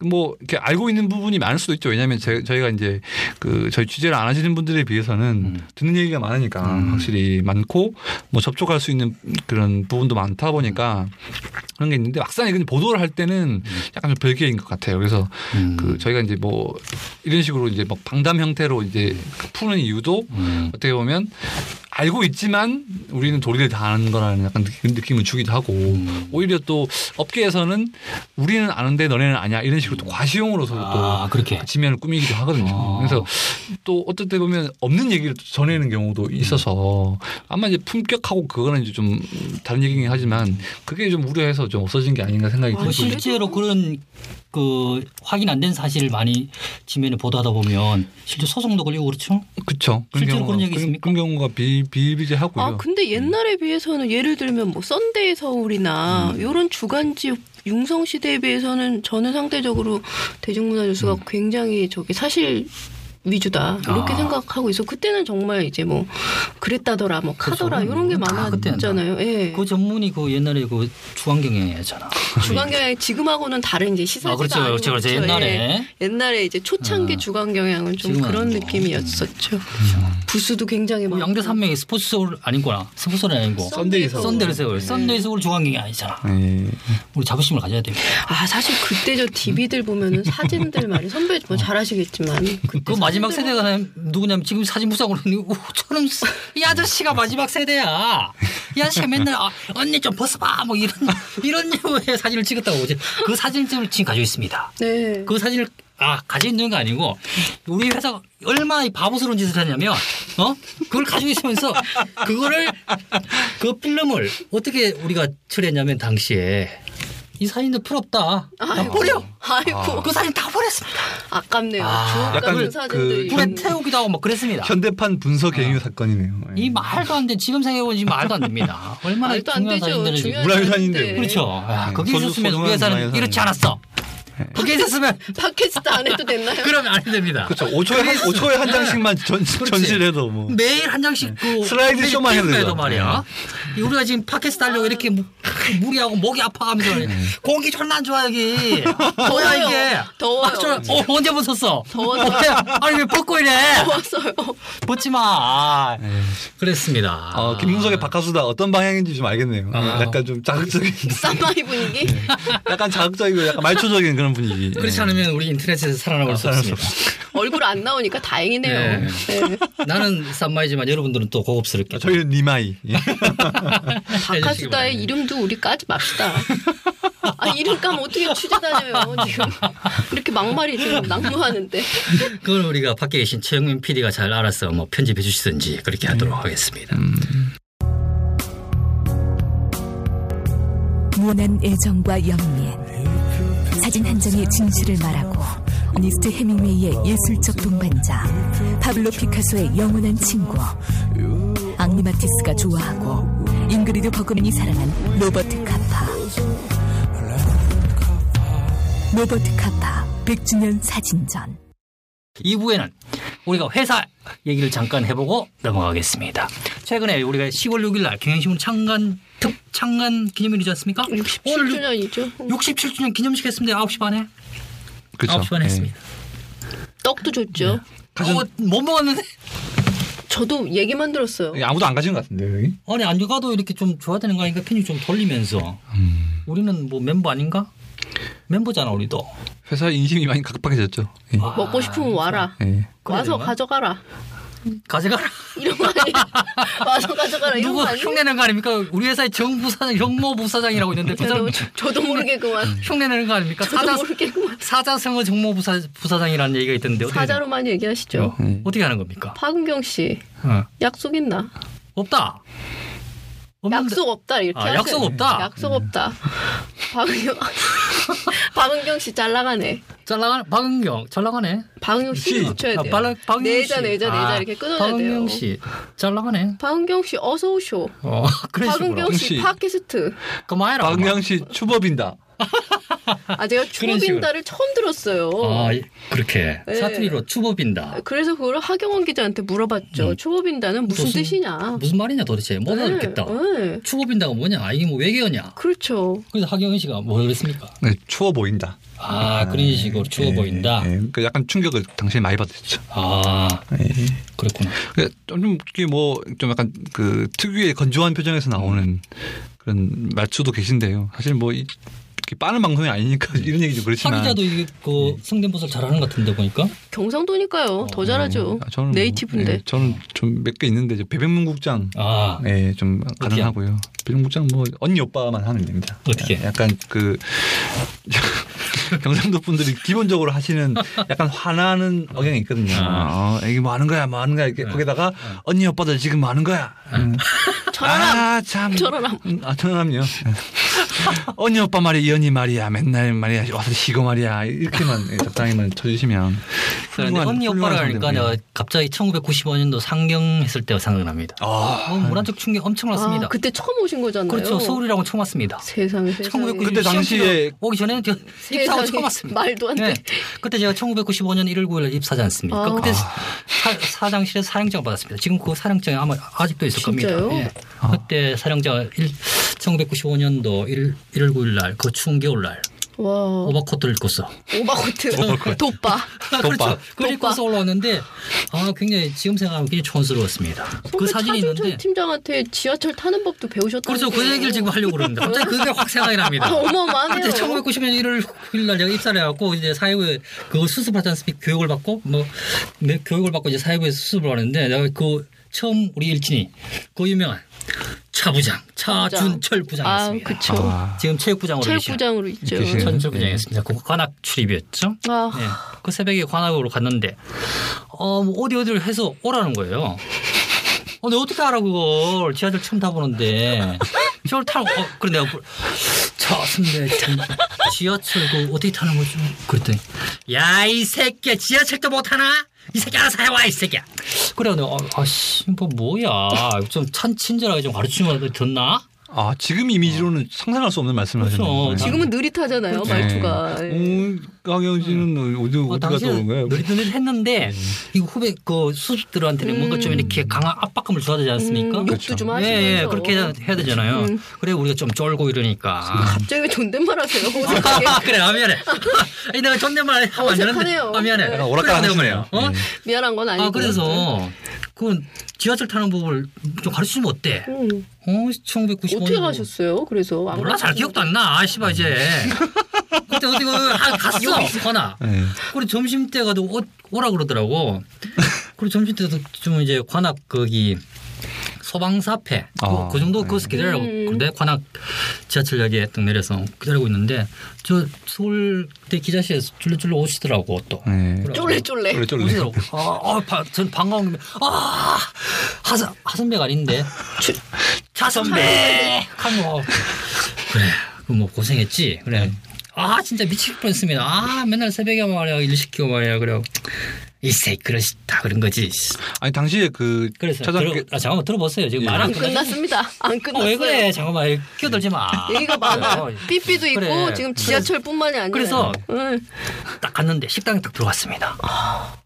Speaker 2: 음.
Speaker 4: 뭐 이렇게 알고 있는 부분이 많을 수도 있죠. 왜냐하면 제- 저희가 이제 그 저희 취재를 안 하시는 분들에 비해서는
Speaker 2: 음.
Speaker 4: 듣는 얘기가 많으니까
Speaker 2: 음.
Speaker 4: 확실히 많고 뭐 접촉할 수 있는 그런 부분도 많다 보니까 그런 게 있는데 막상 이건 보도를 할 때는 약간 좀 별개인 것 같아요. 그래서
Speaker 2: 음.
Speaker 4: 그 저희가 이제 뭐 이런 식으로 이제 막 방담 형태로 이제 푸는 이유도
Speaker 2: 음.
Speaker 4: 어떻게 보면 알고 있지만 우리는 도리를 다하는 거라는 약간 느- 느낌을 주기도 하고 오히려 또 업계에서는 우리는 아는데 너네는 아니야 이런 식으로 또 과시용으로 서로
Speaker 2: 아 그렇게
Speaker 4: 또 지면을 꾸미기도 하거든요.
Speaker 2: 아.
Speaker 4: 그래서 또 어떨 때 보면 없는 얘기를 또 전해는 경우도 있어서 아마 이제 품격하고 그거는 이제 좀 다른 얘기긴 하지만 그게 좀 우려해서 좀 없어진 게 아닌가 생각이
Speaker 3: 아,
Speaker 2: 뭐
Speaker 4: 들고
Speaker 2: 실제로 그런 그 확인 안 된 사실을 많이 지면에 보도하다 보면 실제 소송도 걸리고 그렇죠?
Speaker 4: 그쵸.
Speaker 2: 실제로 그런 얘기
Speaker 4: 그런-
Speaker 2: 있습니까? 그
Speaker 4: 그런 경우가 비, 비일비재하고요.
Speaker 3: 아 근데 옛날에 비해서는 예를 들면 뭐 썬데이 서울이나
Speaker 2: 음.
Speaker 3: 이런 주간지 융성 시대에 비해서는 저는 상대적으로 대중문화 뉴스가 굉장히 저기 사실 위주다 이렇게
Speaker 2: 음. 아.
Speaker 3: 생각하고 있어. 그때는 정말 이제 뭐 그랬다더라, 뭐 카더라
Speaker 2: 그렇죠.
Speaker 3: 이런 게
Speaker 2: 아, 그때는
Speaker 3: 많았잖아요. 예.
Speaker 2: 그 전문이 그 옛날에 그 주간경영이잖아. 예.
Speaker 3: 주간경향이 지금하고는 다른 이제 시사지가
Speaker 2: 아 그렇죠,
Speaker 3: 아니고
Speaker 2: 그렇죠, 그렇죠.
Speaker 3: 그렇죠. 예.
Speaker 2: 옛날에
Speaker 3: 옛날에 이제 초창기
Speaker 2: 아.
Speaker 3: 주간경향은 좀
Speaker 2: 지금은
Speaker 3: 그런
Speaker 2: 뭐. 그렇죠.
Speaker 3: 느낌이었었죠. 음. 부수도 굉장히 많고
Speaker 2: 양대 산맥이 스포츠 서울 아닌거나 스포츠 서울 아니고
Speaker 4: 썬데이 서울. 네.
Speaker 2: 썬데이 서울, 썬데이 서울 주간경영 아니잖아.
Speaker 4: 예.
Speaker 2: 우리 자부심을 가져야 그 됩니다.
Speaker 3: 아 사실 그때 저 DB들 보면은 사진들 말이 선배 뭐 잘하시겠지만
Speaker 2: 어. 그
Speaker 3: 그때
Speaker 2: 마지막
Speaker 3: 사진들
Speaker 2: 세대가 누구냐면 지금 사진 부상으로 저는 이 아저씨가 마지막 세대야. 이 아저씨가 맨날 아, 언니 좀 벗어봐 뭐 이런 이런 류의 사진을 찍었다고 이제 그 사진집을 지금 가지고 있습니다.
Speaker 3: 네.
Speaker 2: 그 사진을 아 가지고 있는 거 아니고 우리 회사가 얼마나 이 바보스러운 짓을 하냐면 어 그걸 가지고 있으면서 그거를 그 필름을 어떻게 우리가 처리했냐면 당시에 이 사진도 풀없다 다
Speaker 3: 아이고.
Speaker 2: 버려
Speaker 3: 아이고
Speaker 2: 그 사진 다 버렸습니다
Speaker 3: 아깝네요.
Speaker 2: 아,
Speaker 3: 주옥
Speaker 4: 약간
Speaker 3: 같은
Speaker 4: 그
Speaker 3: 사진들
Speaker 2: 불에 태우기도 하고 막 그랬습니다.
Speaker 4: 현대판 분석 행위 사건이네요. 예.
Speaker 2: 이 말도 안 돼. 지금 생각해보면 지금 말도 안 됩니다. 얼마나
Speaker 3: 말도 안
Speaker 2: 중요한 그
Speaker 3: 되죠.
Speaker 2: 사진들을 지금.
Speaker 3: 중요한
Speaker 4: 문화유산인데요.
Speaker 3: 사진인데.
Speaker 2: 그렇죠. 아,
Speaker 4: 네.
Speaker 2: 거기
Speaker 4: 소중-
Speaker 2: 있었으면
Speaker 4: 소중한
Speaker 2: 우리 회사는
Speaker 4: 문화유산이에요.
Speaker 2: 이렇지 않았어.
Speaker 4: 네.
Speaker 2: 거기 있었으면
Speaker 3: 팟캐스트 안 해도 됐나요?
Speaker 2: 그러면 안 됩니다.
Speaker 4: 그렇죠. 5초에 한,
Speaker 2: 그러니까
Speaker 4: 5초에
Speaker 2: 네.
Speaker 4: 한 장씩만 전, 전시해도 뭐.
Speaker 2: 매일 한 장씩 그
Speaker 4: 슬라이드
Speaker 2: 홈페이지
Speaker 4: 쇼만 해도 그렇죠.
Speaker 2: 띄우고
Speaker 4: 되죠.
Speaker 2: 말이야. 이 우리가 지금 팟캐스트 하려고 이렇게 무- 무리하고 목이 아파가면서
Speaker 4: 네.
Speaker 2: 공기 존나 안 좋아 여기. 뭐야
Speaker 3: 더워요.
Speaker 2: 이게.
Speaker 3: 더워요. 네.
Speaker 2: 아, 저- 어, 언제 벗었어?
Speaker 3: 더워서.
Speaker 2: 어때? 아니 왜 벗고 이래?
Speaker 3: 좋았어요.
Speaker 2: 벗지 마. 아, 그랬습니다.
Speaker 4: 네. 어, 김문석의 박하수다 어떤 방향인지 좀 알겠네요.
Speaker 2: 아.
Speaker 4: 약간 좀 자극적인,
Speaker 3: 쌈마이 분위기.
Speaker 2: 네.
Speaker 4: 약간 자극적이고 약간 말초적인 그런 분위기. 예.
Speaker 2: 그렇지 않으면 우리 인터넷에서 살아남을 수
Speaker 4: 네. 살아남을 수
Speaker 2: 없습니다.
Speaker 3: 얼굴 안 나오니까 다행이네요. 네.
Speaker 2: 나는 쌈마이지만 여러분들은 또 고급스럽게.
Speaker 4: 예. 저희는 니마이. 예.
Speaker 2: 해주시기
Speaker 3: 박하수다의
Speaker 2: 바랍니다.
Speaker 3: 이름도 우리 까지 맙시다. 아 이름 까면 어떻게 취재 다녀요 지금 이렇게 막말이 지금 낙무하는데.
Speaker 2: 그걸 우리가 밖에 계신 최영민 PD가 잘 알아서 뭐 편집해 주시든지 그렇게 하도록
Speaker 4: 네.
Speaker 2: 하겠습니다.
Speaker 5: 무한한 애정과 영리에 사진 한 장의 진실을 말하고 어니스트 헤밍웨이의 예술적 동반자 파블로 피카소의 영원한 친구 막리마티스가 좋아하고 잉그리드 버그맨이 사랑한 로버트 카파. 로버트 카파 100주년 사진전.
Speaker 2: 2부에는 우리가 회사 얘기를 잠깐 해보고 넘어가겠습니다. 최근에 우리가 10월 6일 날 경향신문 창간 특 창간 기념일이지 않습니까? 오늘
Speaker 3: 67주년이죠.
Speaker 2: 67주년 기념식 했습니다. 9시 반에.
Speaker 4: 그렇죠. 예.
Speaker 2: 9시 반에 했습니다.
Speaker 3: 떡도 줬죠.
Speaker 2: 아, 어, 못 먹었는데.
Speaker 3: 저도 얘기만 들었어요.
Speaker 4: 예. 아무도 안 가진 것 같은데 여기.
Speaker 2: 아니 안 가도 이렇게 좀 줘야 되는 거 아닌가? 편집 좀 돌리면서. 우리는 뭐 멤버 아닌가? 멤버잖아 우리도.
Speaker 4: 회사 인심이 많이 각박해졌죠. 예.
Speaker 2: 와,
Speaker 3: 먹고 싶으면 와라.
Speaker 4: 예.
Speaker 2: 네. 그래야
Speaker 3: 와서
Speaker 2: 되나?
Speaker 3: 가져가라.
Speaker 2: 가져가라.
Speaker 3: 이런 거 아니에요? 와서 가져가라. 이런
Speaker 2: 누구
Speaker 3: 거 아니에요?
Speaker 2: 흉내내는 거 아닙니까? 우리 회사의 정부사장, 정모부사장이라고 있는데 그 사람
Speaker 3: 저도, 저도 모르겠구만.
Speaker 2: 흉내내는 거 아닙니까?
Speaker 3: 저도
Speaker 2: 사자,
Speaker 3: 모르겠구만.
Speaker 2: 사자성어 정모부사, 부사장이라는 얘기가 있던데 어떻게 되는
Speaker 3: 사자로만 얘기하시죠.
Speaker 4: 음.
Speaker 2: 거예요?
Speaker 4: 네.
Speaker 2: 어떻게 하는 겁니까?
Speaker 3: 파근경 씨
Speaker 2: 어.
Speaker 3: 약속 있나?
Speaker 2: 없다. 없는데-
Speaker 3: 약속 없다 이렇게
Speaker 2: 아,
Speaker 3: 하세요. 음.
Speaker 2: 약속 없다? 음.
Speaker 3: 약속 없다. 박은경 박은경 씨 잘 나가네.
Speaker 2: 잘 나가네. 박은경 잘 나가네.
Speaker 3: 박은경 씨
Speaker 4: 씨.
Speaker 3: 붙여야
Speaker 2: 아,
Speaker 3: 돼요.
Speaker 2: 빨라- 박은경
Speaker 3: 내자
Speaker 2: 씨.
Speaker 3: 내자
Speaker 2: 아,
Speaker 3: 내자 이렇게 끊어야 돼요.
Speaker 2: 박은경 씨잘 나가네.
Speaker 3: 박은경 씨 어서 오쇼.
Speaker 2: 어 그런 식으로.
Speaker 3: 박은경 씨
Speaker 4: 씨.
Speaker 3: 팟캐스트.
Speaker 2: 그만해라.
Speaker 4: 박은영 씨 추법인다.
Speaker 3: 아 제가
Speaker 2: 식으로.
Speaker 3: 추모빈다를 처음 들었어요.
Speaker 2: 아 이- 그렇게
Speaker 3: 네.
Speaker 2: 사투리로 추법인다.
Speaker 3: 그래서 그걸 하경원 기자한테 물어봤죠. 추모빈다는 무슨
Speaker 2: 음. 무슨-
Speaker 3: 뜻이냐?
Speaker 2: 무슨 말이냐 도대체 못 알겠다.
Speaker 3: 네.
Speaker 2: 추법인다가 뭐냐? 이게 뭐 외계어냐?
Speaker 3: 그렇죠.
Speaker 2: 그래서 하경은 씨가 뭘 그랬습니까?
Speaker 4: 네, 추워 보인다.
Speaker 2: 아 그런 식으로 추워
Speaker 4: 예,
Speaker 2: 보인다.
Speaker 4: 예. 그 약간 충격을 당신이 많이 받으셨죠. 예.
Speaker 2: 아 그렇구나.
Speaker 4: 그좀 이게 뭐 좀 약간 그 특유의 건조한 표정에서 나오는 그런 말투도 계신데요. 사실 뭐 이, 이렇게 빠른 방송이 아니니까
Speaker 2: 네.
Speaker 4: 이런 얘기 좀 그렇지만 네.
Speaker 2: 사기자도 이게 그 성대모사를 잘하는 것 같은데 보니까 어,
Speaker 3: 경상도니까요. 더
Speaker 2: 음,
Speaker 3: 잘하죠.
Speaker 4: 아, 저는 뭐,
Speaker 3: 네이티브인데.
Speaker 4: 예, 저는 좀 몇 개 있는데 이제 배백문 국장
Speaker 2: 아
Speaker 4: 예, 좀 가능하고요. 배백문 국장 뭐 언니 오빠만 하면 됩니다.
Speaker 2: 어떻게?
Speaker 4: 약간 그 경상도 분들이 기본적으로 하시는 약간 화나는 억양이 있거든요.
Speaker 2: 아. 네.
Speaker 4: 어, 이게 뭐 하는 거야, 뭐 하는 거야. 이렇게 거기다가 언니 오빠들 지금 뭐 하는 거야. 음.
Speaker 3: 저러람.
Speaker 4: 아, 참.
Speaker 3: 저러람.
Speaker 4: 음, 아, 저러람요. 언니 오빠 말이야, 이 언니 말이야, 맨날 말이야, 와서 쉬고 말이야. 이렇게만 예, 적당히만 쳐주시면.
Speaker 2: 그런데
Speaker 4: 훌륭한-
Speaker 2: 언니
Speaker 4: 훌륭한
Speaker 2: 오빠라 하니까
Speaker 4: 성대입니다.
Speaker 2: 내가 갑자기 1995년도 상경했을 때가 생각납니다.
Speaker 4: 아,
Speaker 2: 어, 문화적 충격 엄청 났습니다.
Speaker 3: 아, 그때 처음 오신 거잖아요.
Speaker 2: 그렇죠. 서울이라고 처음 왔습니다.
Speaker 3: 세상에 세상에.
Speaker 2: 1995
Speaker 4: 근데 당시에-
Speaker 2: 오기 전에는 제가 입사하고 처음 왔습니다.
Speaker 3: 말도 안 돼.
Speaker 2: 네. 그때 제가 1995년 1월 9일 날 입사하지 않습니까?
Speaker 3: 아.
Speaker 2: 그때 사, 장실에서 사령장 받았습니다. 지금 그 사령장이 아마 아직도 있을
Speaker 3: 진짜요?
Speaker 2: 겁니다. 예.
Speaker 4: 아.
Speaker 2: 그때 사령장 1995년도 1, 월 9일 날 그 추운 겨울 날
Speaker 3: 와
Speaker 2: 오버코트를 입고서
Speaker 3: 오바코트 도빠.
Speaker 2: 아,
Speaker 4: 돋바.
Speaker 2: 그렇죠. 그걸 입고서 올라왔는데 아 굉장히 지금 생각하면 굉장히 촌스러웠습니다. 그
Speaker 3: 선배
Speaker 2: 사진이
Speaker 3: 차준철
Speaker 2: 있는데
Speaker 3: 팀장한테 지하철 타는 법도 배우셨다고.
Speaker 2: 그렇죠. 그 얘기를 지금 하려고 그러는데 갑자기 그게 확 생각이 납니다.
Speaker 3: 아, 어마어마하네요.
Speaker 2: 그때 1990년 1월 9일 날 제가 입사를 해갖고 이제 사회부에 그거 수습하지 않습니까? 교육을 받고 뭐 네, 교육을 받고 이제 사회부에 수습을 하는데 내가 그 처음 우리 일진이 그 유명한 차 부장 차준철
Speaker 3: 아
Speaker 2: 부장이었습니다.
Speaker 3: 그쵸.
Speaker 4: 아,
Speaker 2: 지금 체육부장으로
Speaker 3: 체육부장으로 있죠.
Speaker 4: 계시네.
Speaker 2: 천철 부장이었습니다. 그 관악 출입이었죠.
Speaker 3: 아
Speaker 2: 예. 그 새벽에 관악으로 갔는데 어뭐 어디 어디를 해서 오라는 거예요. 어, 내가 어떻게 알아 그걸 지하철 처음 타보는데 지하철 타고 어, 그래 내가 그- 자 선배 지- 지하철 그 어떻게 타는 거죠? 그랬더니 야 이 새끼야 지하철도 못 타나? 이 새끼 알아서 해와 이 새끼야. 그래 내가 아, 아씨 뭐 뭐야 좀 찬 친절하게 좀 가르치면 듣나?
Speaker 4: 아, 지금 이미지로는 상상할 수 없는 말씀을
Speaker 2: 어. 그렇죠.
Speaker 4: 하셨네요. 네. 음,
Speaker 3: 지금은 느릿하잖아요 말투가.
Speaker 2: 네.
Speaker 3: 음,
Speaker 4: 강영 씨는 어디
Speaker 2: 어,
Speaker 4: 어디 갔다
Speaker 2: 당시는
Speaker 4: 오는 거예요? 음.
Speaker 2: 느릿느릿 했는데 이 후배 그 수습들한테는 뭔가 좀 이렇게 강한 압박감을 줘야 되지 않습니까?
Speaker 3: 음,
Speaker 4: 그렇죠.
Speaker 3: 욕도 좀 하시면서. 음.
Speaker 2: 예, 예, 그렇게 해야, 해야 되잖아요. 그래 우리가 좀 쫄고 이러니까.
Speaker 3: 갑자기 왜 존댓말 하세요? 어색하게.
Speaker 2: 아, 그래, 아, 미안해. 아니, 내가 존댓말 하면 안 되는데.
Speaker 3: 어색하네요.
Speaker 2: 아, 미안해.
Speaker 3: 약간
Speaker 4: 오락가락
Speaker 2: 그래,
Speaker 4: 하시네요. 음.
Speaker 2: 어?
Speaker 3: 미안한 건 아니고.
Speaker 2: 아, 그래서 그 지하철 타는 법을 좀 가르치면 어때?
Speaker 3: 음.
Speaker 2: 어, 1995년.
Speaker 3: 어떻게 가셨어요? 그래서 안
Speaker 2: 몰라, 잘
Speaker 3: 가셨어요?
Speaker 2: 기억도 안 나. 아, 씨발, 이제. 그때 어디, 그, 아, 갔어. 허나.
Speaker 4: 네.
Speaker 2: 우리 점심 때 가도 오, 오라 그러더라고. 그리고 점심 때도 좀 이제 관악 거기 소방사패
Speaker 4: 아,
Speaker 2: 그, 그 정도 거기서 기다리라고
Speaker 3: 음.
Speaker 2: 그런데 관악 지하철역에 딱 내려서 기다리고 있는데 저 서울대 기자실에서 줄레줄레 오시더라고 또.
Speaker 4: 네.
Speaker 2: 그래가지고
Speaker 3: 쫄래쫄래.
Speaker 4: 쫄래
Speaker 2: 그렇죠.
Speaker 4: 쫄래.
Speaker 2: 오시더라고. 아, 아, 바- 전 반가운 김에 아 하선 하선배가 아닌데 추- 차 선배. 하면 그래 그뭐 고생했지 그래. 아 진짜 미칠 뻔했습니다. 아 맨날 새벽에 말이야 일 시키고 말이야 그래. 이 새끼 그러시다 그런 거지.
Speaker 4: 아니 당시에 그
Speaker 2: 그래서
Speaker 4: 찾아낸
Speaker 2: 들어, 아, 잠깐만 들어보세요. 지금
Speaker 4: 예.
Speaker 2: 말안
Speaker 3: 안
Speaker 2: 끝났어.
Speaker 3: 끝났습니다. 안 끝났어요.
Speaker 2: 왜 그래? 잠깐만 끼어들지 마. 어,
Speaker 3: 얘기가 많아. 삐삐도 있고
Speaker 2: 그래.
Speaker 3: 지금 지하철뿐만이 아니라.
Speaker 2: 그래서-
Speaker 3: 응.
Speaker 2: 딱 갔는데 식당에 딱 들어갔습니다.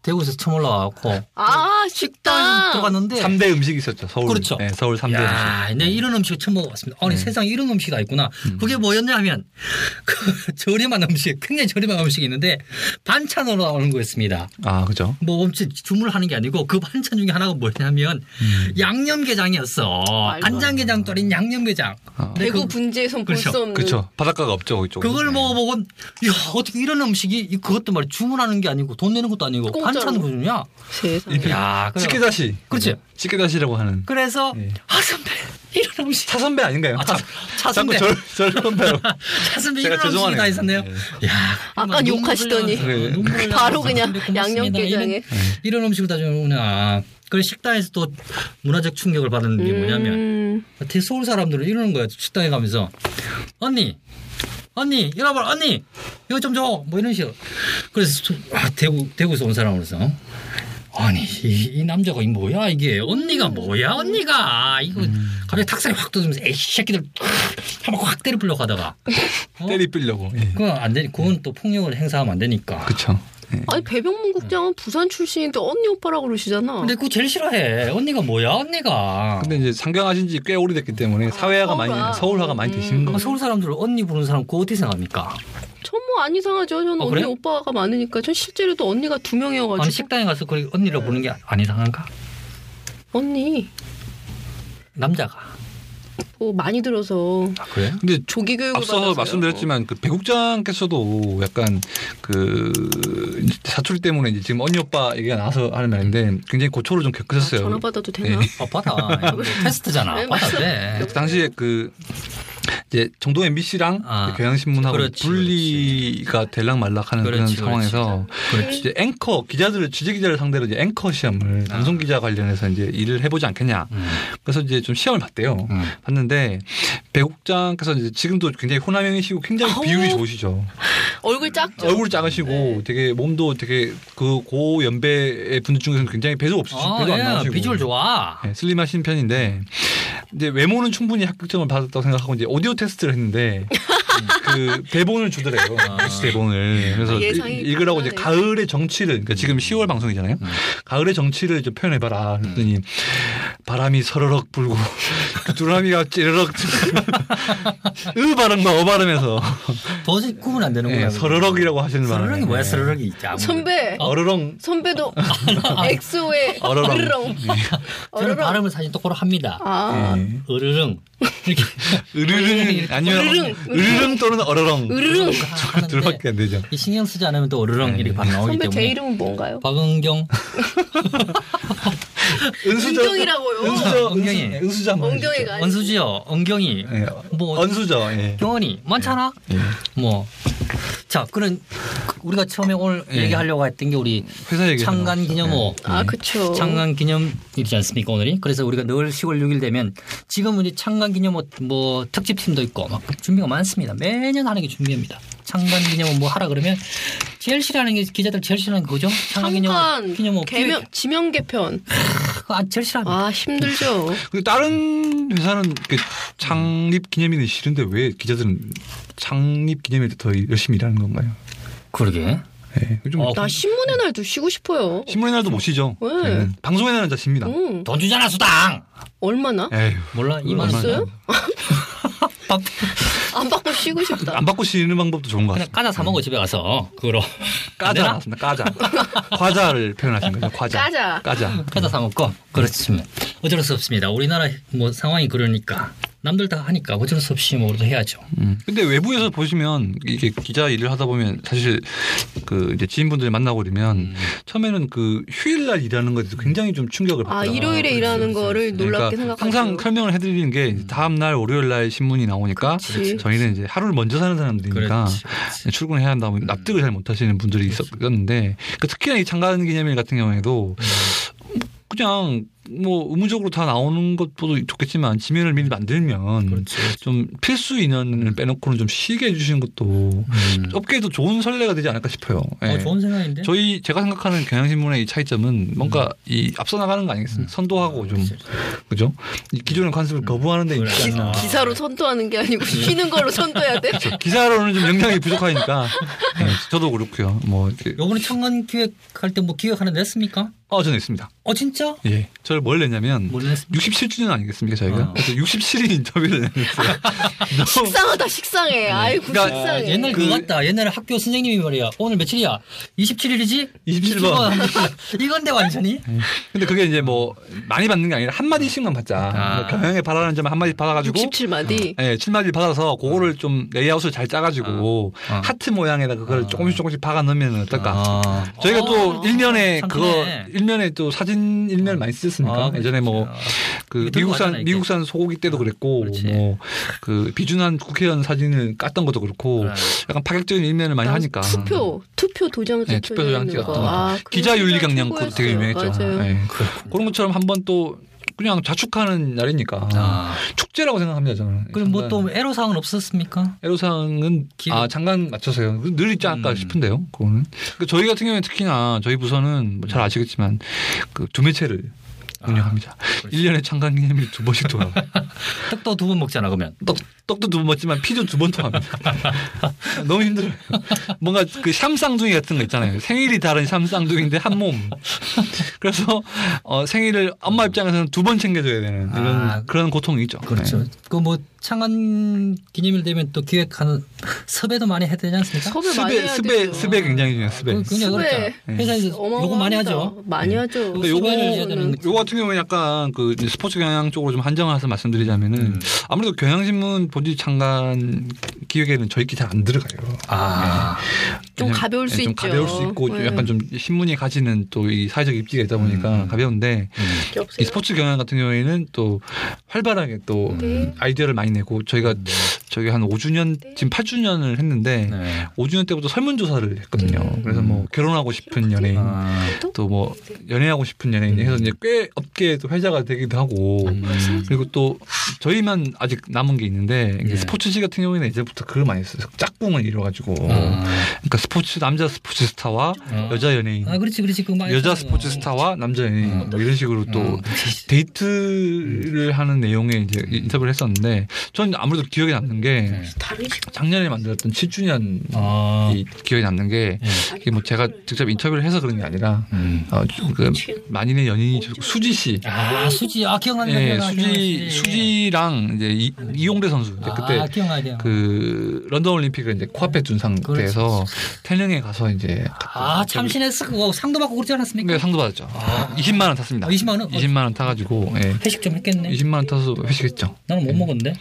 Speaker 2: 대구에서 처음 올라와갖고
Speaker 3: 아
Speaker 2: 아. 식당
Speaker 3: 식당.
Speaker 2: 들어갔는데
Speaker 4: 3대 음식이 있었죠. 서울.
Speaker 2: 네. 그렇죠.
Speaker 4: 네, 서울 3대 네. 음식.
Speaker 2: 야, 근데 이런 음식을 처음 먹어봤습니다. 아니 세상에 이런 음식이 다 있구나. 그게 뭐였냐 하면 그 저렴한 음식, 굉장히 저렴한 음식이 있는데 반찬으로 나오는 거였습니다.
Speaker 4: 아, 그죠.
Speaker 2: 뭐 엄청 주문을 하는 게 아니고 그 반찬 중에 하나가 뭐냐면
Speaker 4: 음.
Speaker 2: 양념게장이었어.
Speaker 3: 말도 안
Speaker 2: 간장게장도 아닌 양념게장.
Speaker 4: 아.
Speaker 2: 근데
Speaker 3: 대구
Speaker 2: 그-
Speaker 3: 분지에선 볼 수
Speaker 2: 그렇죠.
Speaker 3: 없는.
Speaker 4: 그렇죠. 바닷가가 없죠, 이쪽. 네.
Speaker 2: 그걸 먹어보고 야 어떻게 이런 음식이 이- 그것도 말이 주문하는 게 아니고 돈 내는 것도 아니고
Speaker 3: 공짜로.
Speaker 2: 반찬으로 주냐?
Speaker 3: 세상에.
Speaker 4: 이게
Speaker 2: 야, 그래요.
Speaker 4: 찌개다시.
Speaker 2: 그렇지.
Speaker 4: 찌개다시라고 하는.
Speaker 2: 그래서
Speaker 4: 예.
Speaker 2: 아 선배 이런 음식
Speaker 4: 차 선배 아닌가요?
Speaker 2: 아, 차- 차 선배.
Speaker 4: 자꾸 절, 절 선배로.
Speaker 2: 가슴이
Speaker 4: 제가
Speaker 2: 이런 음식이
Speaker 4: 죄송하네요.
Speaker 2: 다 있었네요. 야,
Speaker 3: 아까
Speaker 2: 눈물
Speaker 3: 욕하시더니
Speaker 2: 흘려요.
Speaker 4: 네.
Speaker 2: 눈물 흘려요.
Speaker 3: 음, 바로 그냥
Speaker 2: 근데 고맙습니다.
Speaker 3: 양념게장에.
Speaker 2: 이런, 이런 음식을 다 주는구나. 그래 식당에서 또 문화적 충격을 받은 게 뭐냐면
Speaker 3: 음.
Speaker 2: 대 서울 사람들은 이러는 거야 식당에 가면서 언니 언니 이리 와봐 언니 이거 좀 줘 뭐 이런 식으로 그래서 좀, 아, 대구 대구에서 온 사람으로서 아니 이, 이 남자가 이 뭐야 이게 언니가
Speaker 3: 음.
Speaker 2: 뭐야 언니가 이거
Speaker 4: 음.
Speaker 2: 갑자기 탁살이 확 돋으면서 에이 새끼들 한번 확 때려 불려고 하다가 어?
Speaker 4: 때리 삐려고. 예.
Speaker 2: 그건 안 되니 그건 또 폭력을 행사하면 안 되니까.
Speaker 4: 그쵸. 예.
Speaker 3: 아니 배병문 국장은 부산 출신인데 언니 오빠라고 그러시잖아.
Speaker 2: 근데 그거 제일 싫어해. 언니가 뭐야? 언니가.
Speaker 4: 근데 이제 상경하신 지 꽤 오래됐기 때문에 사회화가
Speaker 3: 아, 서울화. 음.
Speaker 4: 많이, 서울화가 많이 되시는
Speaker 2: 아,
Speaker 4: 거죠.
Speaker 2: 서울 사람들은 언니 부르는 사람 그거 어떻게 생각합니까?
Speaker 3: 전뭐 안 이상하죠. 저는
Speaker 2: 어,
Speaker 3: 언니
Speaker 2: 그래?
Speaker 3: 오빠가 많으니까. 전 실제로도 언니가 두 명이어가지고
Speaker 2: 아니 식당에 가서 그 언니라 부르는 게 안 이상한가?
Speaker 3: 언니
Speaker 2: 남자가.
Speaker 3: 뭐 많이 들어서
Speaker 2: 아, 그래?
Speaker 4: 근데
Speaker 3: 조기 교육을
Speaker 4: 앞서
Speaker 3: 받아서요.
Speaker 4: 말씀드렸지만 그 배국장께서도 약간 그 이제 사출 때문에 이제 지금 언니 오빠 얘기가 나와서 하는 말인데 굉장히 고초를 좀 겪으셨어요.
Speaker 3: 전화 받아도 되나?
Speaker 4: 예.
Speaker 2: 아, 받아. 이거 테스트잖아.
Speaker 3: 네,
Speaker 2: 받아.
Speaker 3: 맞아.
Speaker 2: 돼.
Speaker 4: 그 당시에 그 이제 정동 MBC랑
Speaker 2: 아,
Speaker 4: 경향신문하고
Speaker 2: 그렇지,
Speaker 4: 분리가 될랑 말락하는 그런
Speaker 2: 그렇지,
Speaker 4: 상황에서
Speaker 2: 그렇지.
Speaker 4: 이제 앵커 기자들을 취재 기자를 상대로 이제 앵커 시험을
Speaker 2: 아.
Speaker 4: 방송 기자 관련해서 이제 일을 해보지 않겠냐.
Speaker 2: 음.
Speaker 4: 그래서 이제 좀 시험을 봤대요.
Speaker 2: 음.
Speaker 4: 봤는데 배국장께서 이제 지금도 굉장히 호남형이시고 굉장히 비율이 좋으시죠.
Speaker 3: 얼굴 작죠.
Speaker 4: 얼굴 작으시고
Speaker 2: 네.
Speaker 4: 되게 몸도 되게 그 고 연배의 분들 중에서는 굉장히 배도 없으시고
Speaker 2: 아,
Speaker 4: 배도 안
Speaker 2: 예,
Speaker 4: 나오시고
Speaker 2: 비주얼 좋아.
Speaker 4: 네, 슬림하신 편인데 이제 외모는 충분히 합격점을 받았다고 생각하고 이제 오디오 테스트를 했는데 그 대본을 주더래요 뉴스 대본을 그래서
Speaker 3: 아. 예상이
Speaker 4: 읽- 읽으라고 이제
Speaker 3: 가능하네요. 음.
Speaker 4: 가을의 정취를 그러니까 지금 10월 방송이잖아요 가을의 정취를 이제 표현해봐라
Speaker 3: 음.
Speaker 4: 그랬더니 바람이 서러럭 불고 그 두라미가 찌르럭 으 발음만 어 발음해서
Speaker 2: 도저히 구분 안 되는구나.
Speaker 4: 네, 예. 서러럭이라고 하시는 말에
Speaker 2: 서러렁이 뭐야, 서러렁이. 야, 뭐.
Speaker 3: 선배
Speaker 4: 어르렁
Speaker 3: 선배도
Speaker 2: 아,
Speaker 3: 엑소의
Speaker 4: 어러렁.
Speaker 3: 어르렁
Speaker 2: 저는
Speaker 3: 어르렁
Speaker 2: 발음을 사실 똑바로 합니다.
Speaker 3: 아
Speaker 4: 네.
Speaker 2: 으르릉. 이렇게.
Speaker 4: 으르릉 아니면
Speaker 3: 으르릉.
Speaker 4: 으르릉 또는 예. 어러렁
Speaker 3: 으르릉 아,
Speaker 2: 하는데
Speaker 4: 둘밖에 안 되죠.
Speaker 2: 이 신경 쓰지 않으면 또 으르렁 이렇게 반 나오기
Speaker 3: 선배
Speaker 2: 때문에.
Speaker 3: 제 이름은 뭔가요?
Speaker 2: 박은경
Speaker 4: 은수저
Speaker 3: 은경이라고요.
Speaker 4: 은수저
Speaker 2: 은경이.
Speaker 4: 은경이 은수저 한번 해주십시오.
Speaker 3: 엉덩이가 아니고
Speaker 2: 원수지요 엉경이
Speaker 4: 예.
Speaker 2: 뭐
Speaker 4: 언수저 예.
Speaker 2: 경원이 많잖아 뭐자 그런 그- 우리가 처음에 오늘
Speaker 4: 예.
Speaker 2: 얘기하려고 했던 게 우리
Speaker 4: 회사 예. 얘기
Speaker 2: 창간 기념호 뭐
Speaker 4: 네.
Speaker 3: 아 그쵸
Speaker 2: 창간 기념일이지 않습니까 오늘이 그래서 우리가 늘 10월 6일 되면 지금은 이제 창간 기념호 뭐 특집 팀도 있고 막 준비가 많습니다 매년 하는 게 준비입니다 창간 기념호 뭐 하라 그러면 제일 싫어하는 게 기자들 제일 싫어하는 거죠 창간 기념호
Speaker 3: 잠깐
Speaker 2: 기념호
Speaker 3: 개명 지명 개편
Speaker 2: 그거 아, 제일 싫어합니다
Speaker 3: 아 힘들죠
Speaker 4: 그리고 다른 회사는 이렇게 창립 기념일은 싫은데 왜 기자들은 창립 기념일 때 더 열심히 일하는 건가요?
Speaker 2: 그러게
Speaker 4: 예. 좀
Speaker 2: 어,
Speaker 3: 나 신문의 날도 쉬고 싶어요
Speaker 4: 신문의 날도 못 쉬죠.
Speaker 3: 왜?
Speaker 4: 저희는. 방송의 날은 다 쉽니다.
Speaker 2: 음.
Speaker 4: 예.
Speaker 3: 응
Speaker 2: 돈 주잖아 수당
Speaker 3: 얼마나
Speaker 4: 에휴.
Speaker 2: 몰라
Speaker 4: 그걸
Speaker 2: 이만 원
Speaker 4: 얼마나-
Speaker 3: 있어요? 안 받고 아, 쉬고 싶다
Speaker 4: 안 받고 쉬는 방법도 좋은 것
Speaker 2: 그냥
Speaker 4: 같습니다.
Speaker 2: 까자 사 먹어 집에 가서 그거로
Speaker 4: 까자 나왔습니다. 까자. 과자를 표현하신 거죠. 과자.
Speaker 3: 까자.
Speaker 4: 까자.
Speaker 2: 까자 사 먹고 그렇습니다. 어쩔 수 없습니다. 우리나라 뭐 상황이 그러니까 남들 다 하니까 어쩔 수 없이 뭐 우리도 해야죠.
Speaker 4: 음. 근데 외부에서 보시면 이게 기자 일을 하다 보면 사실 그 이제 지인분들 만나고 그러면 처음에는 그 휴일날 일하는 것에도 굉장히 좀 충격을
Speaker 3: 아
Speaker 4: 받아요. 그러니까
Speaker 3: 일요일에 일하는 거를 놀랍게 생각하고
Speaker 4: 항상 설명을 해드리는 게 다음 날 월요일 날 신문이 나오니까
Speaker 3: 그렇지.
Speaker 4: 저희는 이제 하루를 먼저 사는 사람들이니까
Speaker 2: 그렇지, 음. 그렇지.
Speaker 4: 출근해야 한다 면 납득을 잘 못하시는 그러니까 분들이 있었는데 그 특히나 이 창간 기념일 같은 경우에도 그냥 뭐 의무적으로 다 나오는 것보다 좋겠지만 지면을 미리 만들면
Speaker 2: 그렇지.
Speaker 4: 좀 필수 인원을 빼놓고는 좀 쉬게 해주시는 것도
Speaker 2: 음.
Speaker 4: 업계에도 좋은 선례가 되지 않을까 싶어요. 예.
Speaker 2: 어, 좋은 생각인데.
Speaker 4: 저희 제가 생각하는 경향신문의 이 차이점은 뭔가 이 앞서 나가는
Speaker 2: 음.
Speaker 4: 거 아니겠습니까? 선도하고 좀 그죠? 이 기존의 관습을 거부하는 데
Speaker 3: 그렇죠.
Speaker 4: 있지
Speaker 2: 그렇죠. 그러니까.
Speaker 4: 않나.
Speaker 2: 아.
Speaker 3: 기사로 선도하는 게
Speaker 4: 네.
Speaker 3: 아니고 쉬는 걸로 선도해야 돼.
Speaker 4: 그렇죠. 기사로는 좀 역량이 부족하니까 예, 저도 그렇고요. 뭐 이렇게
Speaker 2: 요번에 청년 기획할 때 뭐 기획 하나 냈습니까?
Speaker 4: 어 저는 있습니다.
Speaker 2: 어 진짜?
Speaker 4: 예, 저를 뭘 냈냐면
Speaker 2: 뭘 냈습니까?
Speaker 4: 67주년 아니겠습니까 저희가?
Speaker 2: 어.
Speaker 4: 그래서 67인 인터뷰를 냈어요. 너무
Speaker 3: 식상하다 식상해. 아이고
Speaker 4: 그러니까
Speaker 2: 아,
Speaker 3: 식상해.
Speaker 2: 옛날 그거 같다. 옛날에 학교 선생님이 말이야. 오늘 며칠이야? 27일이지?
Speaker 4: 27번.
Speaker 2: 이건데 완전히.
Speaker 4: 근데 그게 이제 뭐 많이 받는 게 아니라 한 마디씩만 받자.
Speaker 2: 아.
Speaker 4: 뭐 경향에 바라는 점 한 마디 받아가지고
Speaker 3: 67마디.
Speaker 4: 예, 칠마디 받아서 그거를 좀 레이아웃을 잘 짜가지고
Speaker 2: 음. 아.
Speaker 4: 하트 모양에다 그거를 조금씩 조금씩 박아 넣으면 어떨까?
Speaker 2: 아.
Speaker 4: 저희가 또
Speaker 2: 아,
Speaker 4: 일면에
Speaker 2: 참
Speaker 4: 그거
Speaker 2: 크네.
Speaker 4: 일면에 또 사진 일면 많이 쓰셨으니까
Speaker 2: 아, 그렇지.
Speaker 4: 예전에 뭐
Speaker 2: 아.
Speaker 4: 그
Speaker 2: 들고 가잖아,
Speaker 4: 미국산
Speaker 2: 이게.
Speaker 4: 미국산 소고기 때도 그랬고
Speaker 2: 그렇지.
Speaker 4: 뭐 그 비준한 국회의원 사진을 깠던 것도 그렇고
Speaker 2: 그래.
Speaker 4: 약간 파격적인 일면을 많이
Speaker 3: 나
Speaker 4: 하니까
Speaker 3: 투표 투표 도장
Speaker 4: 예,
Speaker 3: 제출해
Speaker 4: 투표 도장
Speaker 3: 있는
Speaker 4: 찍었던
Speaker 3: 거.
Speaker 4: 거.
Speaker 3: 아, 그거
Speaker 4: 기자 윤리
Speaker 3: 진짜
Speaker 4: 강령 그것도 되게
Speaker 3: 최고였어요.
Speaker 4: 유명했죠.
Speaker 3: 맞아요.
Speaker 4: 예. 그런 것처럼 한번 또 그냥 자축하는 날이니까
Speaker 2: 아.
Speaker 4: 축제라고 생각합니다 저는.
Speaker 2: 그럼 뭐
Speaker 4: 장관.
Speaker 2: 또 애로사항은 없었습니까?
Speaker 4: 애로사항은
Speaker 2: 기록.
Speaker 4: 아 잠깐 맞춰서요. 늘 있지 않을까
Speaker 2: 음.
Speaker 4: 싶은데요. 그거는 음. 그러니까 저희 같은 경우에 특히나 저희 부서는 뭐잘 아시겠지만 그 두 매체를 아, 운영합니다.
Speaker 2: 그렇지.
Speaker 4: 일년에 창간 기념일 두 번씩 돌아요.
Speaker 2: 떡도 두 번 먹잖아 그러면.
Speaker 4: 떡, 떡도 두 번 먹지만 피도 두 번 통합니다. 너무 힘들어요. 뭔가 그 샴쌍둥이 같은 거 있잖아요. 생일이 다른 샴쌍둥이인데 한 몸. 그래서 어, 생일을 엄마 입장에서는 두 번 챙겨줘야 되는 이런
Speaker 2: 아,
Speaker 4: 그런 고통이죠.
Speaker 2: 그렇죠.
Speaker 4: 네.
Speaker 2: 그 뭐 창안 기념일 되면 또 기획하는 섭외도 많이 해야 되지 않습니까?
Speaker 3: 섭외 그 많이
Speaker 4: 스베
Speaker 3: 해야
Speaker 4: 스베
Speaker 3: 되죠.
Speaker 4: 스베 굉장히 중요해요. 스베.
Speaker 2: 그, 그냥
Speaker 3: 섭외.
Speaker 2: 그렇죠. 회사에서 요거 많이 하죠.
Speaker 3: 많이 하죠.
Speaker 2: 근데 요거-
Speaker 3: 섭외를 해야 되는 거.
Speaker 4: 요거 같은 경우는 약간 그 이제 스포츠 경향 쪽으로 좀 한정해서 말씀드리자면은
Speaker 2: 음.
Speaker 4: 아무래도 경향신문 본지 창간 기획에는 저희 게 잘 안 들어가요.
Speaker 2: 아.
Speaker 3: 좀
Speaker 4: 왜냐면,
Speaker 3: 가벼울
Speaker 4: 예,
Speaker 3: 수
Speaker 4: 좀
Speaker 3: 있죠.
Speaker 4: 가벼울 수 있고 좀
Speaker 3: 네.
Speaker 4: 약간 좀 신문이 가지는 또 이 사회적 입지가 있다 보니까
Speaker 2: 음.
Speaker 4: 가벼운데 이
Speaker 3: 없어요.
Speaker 4: 스포츠 경향 같은 경우에는 또 활발하게 또
Speaker 3: 네.
Speaker 4: 아이디어를 많이 내고 저희가 저희 한 5주년 지금 8주년을 했는데
Speaker 2: 음. 네.
Speaker 4: 5주년 때부터 설문조사를 했거든요.
Speaker 3: 음.
Speaker 4: 그래서 뭐 결혼하고 싶은 연예인
Speaker 2: 아.
Speaker 4: 또 뭐 연애하고 싶은 연예인
Speaker 2: 음.
Speaker 4: 해서 이제 꽤 업계에 또 회자가 되기도 하고 그리고 또 저희만 아직 남은 게 있는데 이게
Speaker 2: 예.
Speaker 4: 스포츠지 같은 경우에는 이제부터 그걸 많이 써요. 짝꿍을 이뤄가지고
Speaker 2: 음.
Speaker 4: 그러니까 스포츠 남자 스포츠 스타와
Speaker 2: 어.
Speaker 4: 여자 연예인
Speaker 2: 아 그렇지 그렇지 그 많이
Speaker 4: 여자
Speaker 2: 하는 거.
Speaker 4: 스포츠 스타와 남자 연예인
Speaker 2: 어.
Speaker 4: 뭐 이런 식으로 또
Speaker 2: 어.
Speaker 4: 데이트를 하는 내용의 이제
Speaker 2: 음.
Speaker 4: 인터뷰를 했었는데 전 아무래도 기억에 남는 게
Speaker 2: 네.
Speaker 3: 다른 식으로
Speaker 4: 작년에 만들었던 7주년
Speaker 2: 아.
Speaker 4: 이 기억에 남는 게
Speaker 2: 예.
Speaker 4: 이게 뭐 제가 직접 인터뷰를 해서 그런 게 아니라
Speaker 2: 음.
Speaker 4: 어, 그 만인의 연인이 저 수지 씨.
Speaker 2: 아 수지 아 기억나는
Speaker 4: 예,
Speaker 2: 기억나,
Speaker 4: 수지
Speaker 2: 기억나지.
Speaker 4: 수지랑 이제 이, 이용대 선수 이제 그때
Speaker 2: 아, 기억나요.
Speaker 4: 그 런던 올림픽을 이제 코앞에 둔 상태에서 태릉에 가서 이제
Speaker 2: 아 참신했어 그거 상도 받고 그러지 않았습니까?
Speaker 4: 네, 상도 받았죠. 20만 원 탔습니다.
Speaker 2: 어, 20만 원? 어,
Speaker 4: 20만 네. 원 타가지고 예.
Speaker 2: 회식 좀 했겠네.
Speaker 4: 20만 원 타서 회식했죠.
Speaker 2: 나는 못 먹었는데.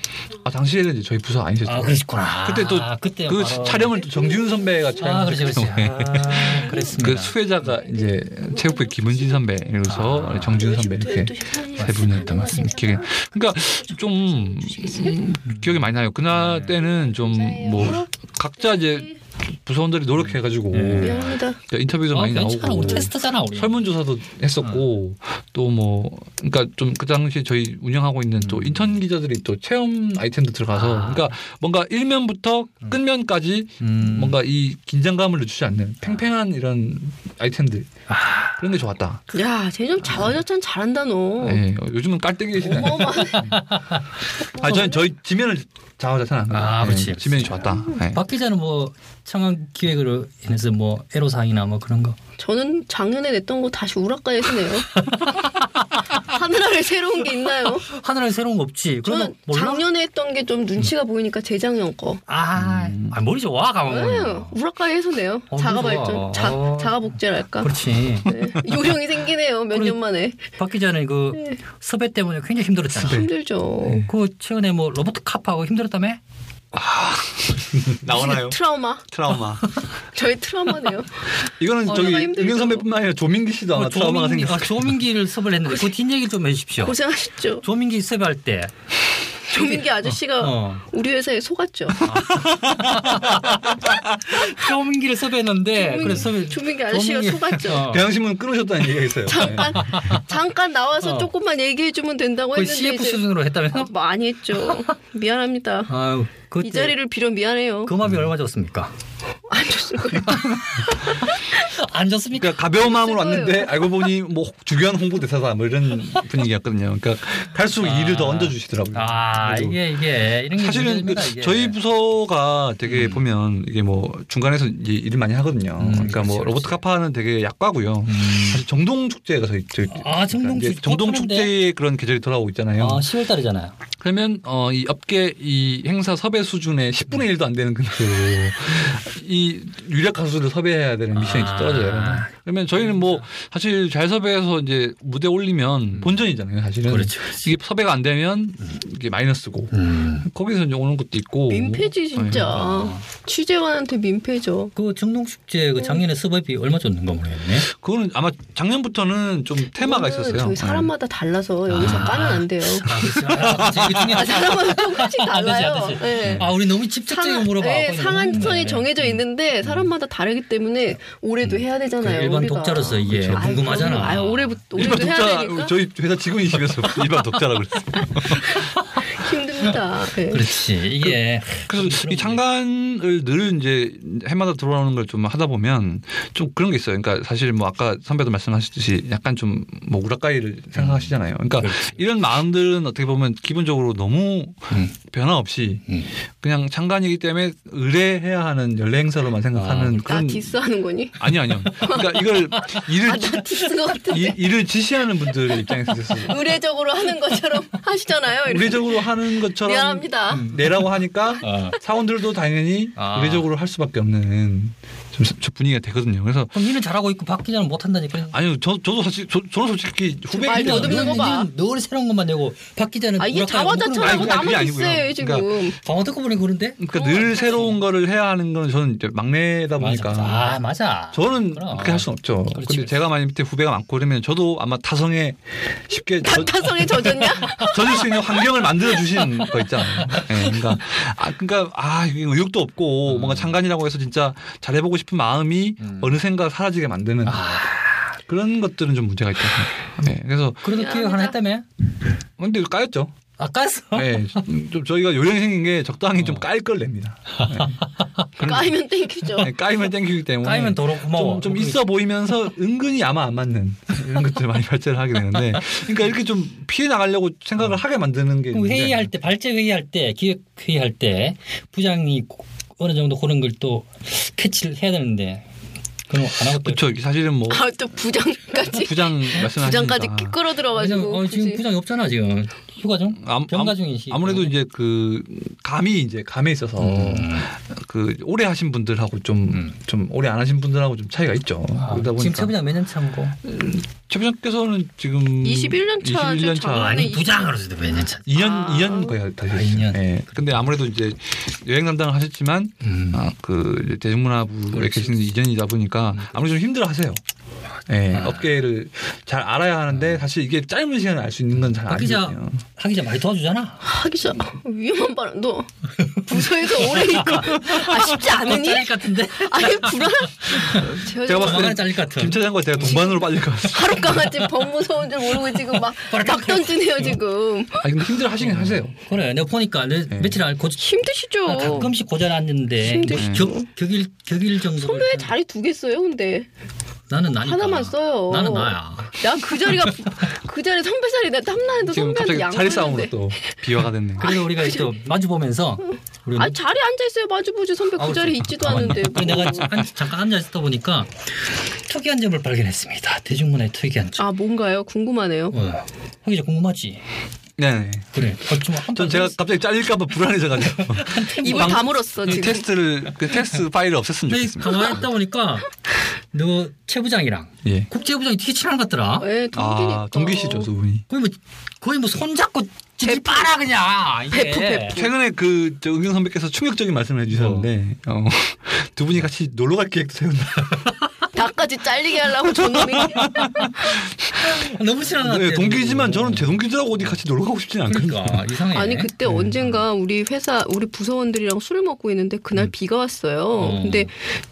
Speaker 4: 아 당시에는 이제 저희 부서 아니셨죠.
Speaker 2: 아 그러셨구나.
Speaker 4: 그때 또
Speaker 2: 아, 그때
Speaker 4: 그
Speaker 2: 바로-
Speaker 4: 촬영을 또 정지훈 선배가
Speaker 2: 아 그렇지
Speaker 4: 촬영했기
Speaker 2: 그렇지.
Speaker 4: 때문에
Speaker 2: 아,
Speaker 4: 그
Speaker 2: 그랬습니다.
Speaker 4: 수혜자가 이제 체육부 김은진 선배
Speaker 2: 아.
Speaker 4: 이로서 정지훈 선배 이렇게 세 분을
Speaker 3: 네.
Speaker 4: 담았습니다. 기억에 그러니까 좀 음, 기억이 많이 나요. 그날
Speaker 2: 네.
Speaker 4: 때는 좀
Speaker 3: 네.
Speaker 4: 뭐 각자 이제 부서원들이 노력해가지고
Speaker 2: 네.
Speaker 3: 미안합니다.
Speaker 4: 인터뷰도 많이
Speaker 2: 괜찮아
Speaker 4: 나오고
Speaker 2: 우리 테스트잖아 우리.
Speaker 4: 설문조사도 했었고
Speaker 2: 아.
Speaker 4: 또 뭐 그러니까 좀 그 당시 저희 운영하고 있는 또 인턴 기자들이 또 체험 아이템도 들어가서
Speaker 2: 음. 아.
Speaker 4: 그러니까 뭔가 일면부터 끝면까지
Speaker 2: 음.
Speaker 4: 뭔가 이 긴장감을 늦추지 않는 팽팽한 이런 아이템들 그런 게 좋았다.
Speaker 2: 네.
Speaker 3: 야, 쟤좀 자화자찬 잘한다
Speaker 2: 어.
Speaker 3: 너.
Speaker 4: 예, 요즘은 깔때기 시대. 아, 저는 저희 지면을 자화자찬 안
Speaker 2: 아,
Speaker 4: 예,
Speaker 2: 그렇지.
Speaker 4: 지면이 좋았다. 예.
Speaker 2: 박 기자는 뭐 청원 기획으로 인해서 뭐 애로사항이나 뭐 그런 거.
Speaker 3: 저는 작년에 냈던 거 다시 우락가에서 내요. 하늘 아래 새로운 게 있나요?
Speaker 2: 하늘에 새로운 거 없지. 그러면
Speaker 3: 저는
Speaker 2: 몰라. 음.
Speaker 3: 작년에 했던 게 좀 눈치가 보이니까 재작년 거.
Speaker 2: 아,
Speaker 4: 음.
Speaker 2: 아 머리 좋아 가만.
Speaker 3: 네, 우락가에서 내요.
Speaker 2: 어,
Speaker 3: 자가
Speaker 2: 무서워.
Speaker 3: 발전, 자,
Speaker 2: 어.
Speaker 3: 자가 복제랄까.
Speaker 2: 그렇지.
Speaker 3: 네. 요령이 생기네요. 몇
Speaker 2: 그래.
Speaker 3: 년 만에
Speaker 2: 박 기자는 그 섭외 때문에 굉장히 힘들었잖아.
Speaker 3: 힘들죠.
Speaker 2: 그 최근에 뭐 로버트 카프하고 힘들었다며?
Speaker 4: 나오나요?
Speaker 3: 트라우마.
Speaker 4: 트라우마.
Speaker 3: 저의 트라우마네요.
Speaker 4: 이거는
Speaker 3: 어,
Speaker 4: 저기
Speaker 3: 내가 힘들죠.
Speaker 4: 은근 선배뿐만 아니라 조민기 씨도 아마 어, 트라우마가
Speaker 2: 그 어, 조민기,
Speaker 4: 생겼을
Speaker 2: 아, 조민기를 섭외를 했는데 그 뒷얘기 좀 해주십시오.
Speaker 3: 고생하셨죠.
Speaker 2: 조민기 섭외할 때
Speaker 3: 조민기 아저씨가
Speaker 2: 어. 아,
Speaker 3: 우리 회사에 속았죠.
Speaker 2: 조민기를 섭외했는데
Speaker 3: 조민기-
Speaker 2: 그래 섭외
Speaker 3: 조민기 아저씨가
Speaker 2: 조민기-
Speaker 3: 속았죠.
Speaker 2: 어.
Speaker 4: 경향신문 끊으셨다는 얘기가 있어요.
Speaker 3: 잠깐 잠깐 나와서
Speaker 2: 어.
Speaker 3: 조금만 얘기해 주면 된다고
Speaker 2: 거의
Speaker 3: 했는데
Speaker 2: CF
Speaker 3: 이제
Speaker 2: 수준으로
Speaker 3: 아,
Speaker 2: 했다면?
Speaker 3: 많이 했죠. 미안합니다.
Speaker 2: 아유, 그때 그
Speaker 3: 이 자리를 빌어 미안해요.
Speaker 2: 금압이 얼마 줬습니까?
Speaker 3: 안 줬을
Speaker 2: 그
Speaker 3: 거예요.
Speaker 2: 뭐? 안 줬습니까?
Speaker 4: 그러니까 가벼운 마음으로
Speaker 3: 슬퍼요.
Speaker 4: 왔는데 알고 보니 뭐 주교한 홍보대사다 뭐 이런 분위기였거든요. 그러니까 갈수록 일을 더 얹어주시더라고요.
Speaker 2: 아
Speaker 4: 그래도
Speaker 2: 이게 이게 이런 게
Speaker 4: 사실은
Speaker 2: 문제입니다,
Speaker 4: 그
Speaker 2: 이게.
Speaker 4: 저희 부서가 되게 보면 이게 뭐 중간에서 이제 일을 많이 하거든요.
Speaker 2: 음,
Speaker 4: 그러니까
Speaker 2: 그렇지,
Speaker 4: 뭐
Speaker 2: 그렇지.
Speaker 4: 로버트 카파는 되게 약과고요. 사실 정동 축제가 저희 저희-
Speaker 2: 아, 정동
Speaker 4: 그러니까 이제
Speaker 2: 축제
Speaker 4: 정동
Speaker 2: 하는데.
Speaker 4: 축제의 그런 계절이 돌아오고 있잖아요.
Speaker 2: 아 10월 달이잖아요.
Speaker 4: 그러면 어 이 업계 이 행사 섭외 수준의 10분의 1도 안 되는 근처로 이 유력 가수들 섭외해야 되는 미션이
Speaker 2: 아.
Speaker 4: 떨어져요. 그러면 저희는 뭐 사실 잘 섭외해서 이제 무대 올리면 본전이잖아요, 사실은.
Speaker 2: 음. 그렇죠, 음. 그렇죠. 음.
Speaker 4: 이게 섭외가 안 되면 이게 마이너스고 거기서 이제 오는 것도 있고
Speaker 3: 민폐지 진짜. 취재원한테 민폐죠.
Speaker 2: 그 정동 축제 그 작년에 수입이 얼마 줬는가 모르겠네.
Speaker 4: 그거는 아마 작년부터는 좀 테마가
Speaker 3: 이거는
Speaker 4: 있었어요.
Speaker 3: 저희 사람마다 달라서 여기서
Speaker 2: 아.
Speaker 3: 까면 안 돼요.
Speaker 2: 아, 그렇지. 아, 그렇지. 이게
Speaker 3: 아,
Speaker 2: 중요하지.
Speaker 3: 사람마다 조금씩
Speaker 2: 안 되지, 안
Speaker 3: 달라요.
Speaker 2: 되지.
Speaker 3: 네.
Speaker 2: 아, 우리 너무 집착적으로
Speaker 3: 상-
Speaker 2: 물어봐.
Speaker 3: 네,
Speaker 2: 거의 너무
Speaker 3: 상한선이
Speaker 2: 힘드네. 음.
Speaker 3: 정해져 있는데 사람마다 다르기 때문에 올해도 해야 되잖아요.
Speaker 2: 그 일반
Speaker 3: 우리가.
Speaker 2: 독자로서 이게
Speaker 3: 아유,
Speaker 2: 궁금하잖아.
Speaker 3: 그럼요. 아유, 올해부터
Speaker 4: 그렇죠. 네. 일반
Speaker 3: 올해도 해야
Speaker 4: 독자
Speaker 3: 되니까
Speaker 4: 저희 회사 직원이시면서 일반 독자라고 그랬어요.
Speaker 3: 힘듭니다. 네.
Speaker 2: 그렇지. 이게
Speaker 4: 그래서 이 장관을 늘 이제 해마다 들어오는 걸 좀 하다 보면 좀 그런 게 있어요. 그러니까 사실 뭐 아까 선배도 말씀하셨듯이 약간 좀 뭐 우라카이를 생각하시잖아요. 그러니까
Speaker 2: 음. 그렇지.
Speaker 4: 이런 마음들은 어떻게 보면 기본적으로 너무
Speaker 2: 그렇죠. 음.
Speaker 4: 변화 없이
Speaker 2: 음.
Speaker 4: 그냥 장관이기 때문에 의뢰해야 하는 연례 행사로만 생각하는
Speaker 3: 아, 나
Speaker 4: 그런
Speaker 3: 디스하는 거니?
Speaker 4: 아니 아니요. 그러니까 이걸 일을
Speaker 3: 아, 나 디스인 것 같은데.
Speaker 4: 이- 일을 지시하는 분들의 입장에서
Speaker 3: 의례적으로 하는 것처럼 하시잖아요. 이렇게.
Speaker 4: 우회적으로 하는 것처럼 음,
Speaker 3: 미안합니다.
Speaker 4: 내라고 하니까
Speaker 2: 아.
Speaker 4: 사원들도 당연히
Speaker 2: 아.
Speaker 4: 우회적으로 할 수밖에 없는 좀 저- 분위기가 되거든요. 그래서
Speaker 2: 그럼 니는 잘하고 있고 박 기자는 못한다니까.
Speaker 4: 아니요, 저 저도 사실 저, 저는 솔직히
Speaker 3: 말
Speaker 4: 후배인데
Speaker 3: 더듬는
Speaker 4: 저는-
Speaker 3: 거 봐.
Speaker 2: 늘 새로운 것만 내고 박 기자는
Speaker 3: 아, 이게
Speaker 2: 우락가락 우락가락
Speaker 3: 자화자찬하고
Speaker 4: 아니, 그게
Speaker 3: 나만
Speaker 4: 아니고요.
Speaker 3: 있어요, 지금.
Speaker 2: 방어 듣고 보니 어, 그런데.
Speaker 4: 그러니까 늘 새로운 거를 해야 하는 건 저는 이제 막내다 보니까
Speaker 2: 맞아. 아 맞아.
Speaker 4: 그러니까. 저는
Speaker 2: 그럼.
Speaker 4: 그렇게 할 수는 없죠.
Speaker 2: 그렇지,
Speaker 4: 근데
Speaker 2: 그렇지.
Speaker 4: 제가 만약 밑에 후배가 많고 그러면 저도 아마 타성에 쉽게 저-
Speaker 3: 낙타성에 젖었냐?
Speaker 4: 젖을 수 있는 환경을 만들어 주신 거 있잖아요. 예, 그러니까 아 그러니까 아 이게 의욕도 없고
Speaker 2: 음.
Speaker 4: 뭔가 장관이라고 해서 진짜 잘해보고 싶은 마음이 어느샌가 사라지게 만드는
Speaker 2: 아.
Speaker 4: 그런 것들은 좀 문제가 있다. 네, 그래서
Speaker 2: 그래도 기획 하나 했다며?
Speaker 4: 근데 까였죠.
Speaker 2: 아까였어. 어.
Speaker 4: 네, 좀 저희가 요령이 생긴 게 적당히 좀 깔 걸 냅니다. 그러니까.
Speaker 3: 까이면 땡큐죠.
Speaker 4: 네, 까이면 땡기기 때문에
Speaker 2: 까이면 더러 고마워.
Speaker 4: 좀, 좀 있어 보이면서 은근히 아마 안 맞는 이런 것들 많이 발전을 하게 되는데 그러니까 이렇게 좀 피해 나가려고 생각을 하게 만드는 게
Speaker 2: 어. 그럼
Speaker 4: 문제가
Speaker 2: 회의할 때 발제 회의할 때 기획 회의할 때 부장이 어느 정도 그런 걸 또 캐치를 해야 되는데 그럼 안 하고 또.
Speaker 4: 그렇죠. 사실은 뭐
Speaker 3: 아, 또 부장까지.
Speaker 4: 부장 아. 말씀하시니까
Speaker 3: 부장까지
Speaker 2: 부장,
Speaker 3: 끌어들어가지고.
Speaker 2: 어, 지금
Speaker 3: 굳이.
Speaker 2: 부장이 없잖아 지금 휴가 중
Speaker 4: 암-
Speaker 2: 병가 어.
Speaker 4: 암-
Speaker 2: 중이시.
Speaker 4: 아무래도 이제 그 감이 이제 감에 있어서
Speaker 2: 음.
Speaker 4: 그 오래 하신 분들하고 좀 좀 오래 안 하신 분들하고 좀 차이가 있죠.
Speaker 2: 아,
Speaker 4: 그러다 보니까
Speaker 2: 지금 최 부장 몇년 차고?
Speaker 4: 께서는 지금
Speaker 3: 21년 차
Speaker 4: 21년
Speaker 3: 좀
Speaker 4: 차
Speaker 3: 아, 아니,
Speaker 2: 어, 부장으로서도 몇년 차.
Speaker 4: 2년
Speaker 3: 아.
Speaker 4: 2년 거의
Speaker 2: 아,
Speaker 4: 다 됐어요.
Speaker 2: 이 년.
Speaker 4: 예. 근데 아무래도 이제 여행 담당을 하셨지만
Speaker 2: 음.
Speaker 4: 아, 그 이제 대중문화부에
Speaker 2: 그렇지.
Speaker 4: 계시는 이전이다
Speaker 3: 음.
Speaker 4: 보니까 아무래도 좀 힘들어하세요.
Speaker 2: 아,
Speaker 4: 예, 업계를 잘 알아야 하는데 사실 이게 짧은 시간에 알 수 있는 건 잘
Speaker 2: 박그 기자
Speaker 4: 아니거든요.
Speaker 2: 하 기자 많이 도와주잖아.
Speaker 3: 하기 전 위험한 발언. 너 부서에서 오래 있고 아 쉽지 않으니?
Speaker 2: 잘릴 것 어, 같은데.
Speaker 3: 아니 불안. 제가,
Speaker 4: 제가
Speaker 3: 지금
Speaker 4: 봤을
Speaker 2: 조만간에
Speaker 4: 때
Speaker 2: 잘릴 것 같아.
Speaker 4: 김 차장과 제가 동반으로 빨릴 것 같아요.
Speaker 3: 하루 강아지 범 무서운 줄 모르고 지금 막, 막 던지네요 지금.
Speaker 4: 아 근데 힘들어 하시긴 하세요.
Speaker 2: 그래 내가 보니까 내 며칠 안 고치.
Speaker 4: 아,
Speaker 3: 힘드시죠.
Speaker 2: 가끔씩 고전앉는데
Speaker 3: 네. 어.
Speaker 2: 뭐
Speaker 3: 힘드시죠.
Speaker 2: 격일 격일 정도
Speaker 3: 선배의 자리 두겠어요 근데
Speaker 2: 나는 나니까
Speaker 4: 그러니까.
Speaker 3: 하나만 써요.
Speaker 2: 나는 나야
Speaker 3: 난 그 자리가 그 자리 선배 자리 내가 탐나는데
Speaker 4: 지금
Speaker 3: 선배한테
Speaker 4: 갑자기 자리 싸움으로
Speaker 3: 양보했는데.
Speaker 4: 또 비화가 됐네요.
Speaker 2: 그래서 우리가 또 마주 보면서 우리
Speaker 3: 아 자리 앉아 있어요 마주보지 선배 그 자리
Speaker 4: 그렇죠.
Speaker 3: 있지도 않은데. 뭐.
Speaker 2: 내가 한- 잠깐 앉아 있다 보니까 특이한 점을 발견했습니다 대중문화의 특이한 점
Speaker 3: 아 뭔가요 궁금하네요.
Speaker 2: 어. 허기자 궁금하지
Speaker 4: 네.
Speaker 2: 그래 어, 좀한
Speaker 4: 전
Speaker 3: 아,
Speaker 4: 제가 갑자기 잘릴까봐 불안해져가지고
Speaker 3: 입을
Speaker 4: 방-
Speaker 3: 다물었어
Speaker 4: 이
Speaker 3: 아, 지금.
Speaker 4: 테스트를 그 테스트 파일을 없앴으면
Speaker 2: 근데
Speaker 4: 좋겠습니다.
Speaker 2: 네, 가만히 있다 보니까 너 최부장이랑
Speaker 4: 예.
Speaker 2: 국제부장이 되게 친한 것 같더라
Speaker 3: 예, 동기니까.
Speaker 4: 아 동기시죠 두 분이.
Speaker 2: 거의 뭐 거의 뭐 손잡고 찌질 빨아 그냥 이게
Speaker 3: 베프, 베프.
Speaker 4: 최근에 그저 은경 선배께서 어, 충격적인 말씀을 해주셨는데 어, 두 분이 같이 놀러 갈 계획도 세운다.
Speaker 3: 닭까지 굳이 잘리게 하려고 저놈이
Speaker 2: 아, 예. 너무 싫어하는
Speaker 4: 네,
Speaker 2: 것 같아요.
Speaker 4: 동기지만 저는 제 동기들하고 어디 같이 놀러 가고 싶지는 않거든요.
Speaker 2: 그러니까 이상해.
Speaker 3: 아니 그때 언젠가 우리 회사 우리 부서원들이랑 술을 먹고 있는데 그날 비가 왔어요.
Speaker 2: 음. 어.
Speaker 3: 근데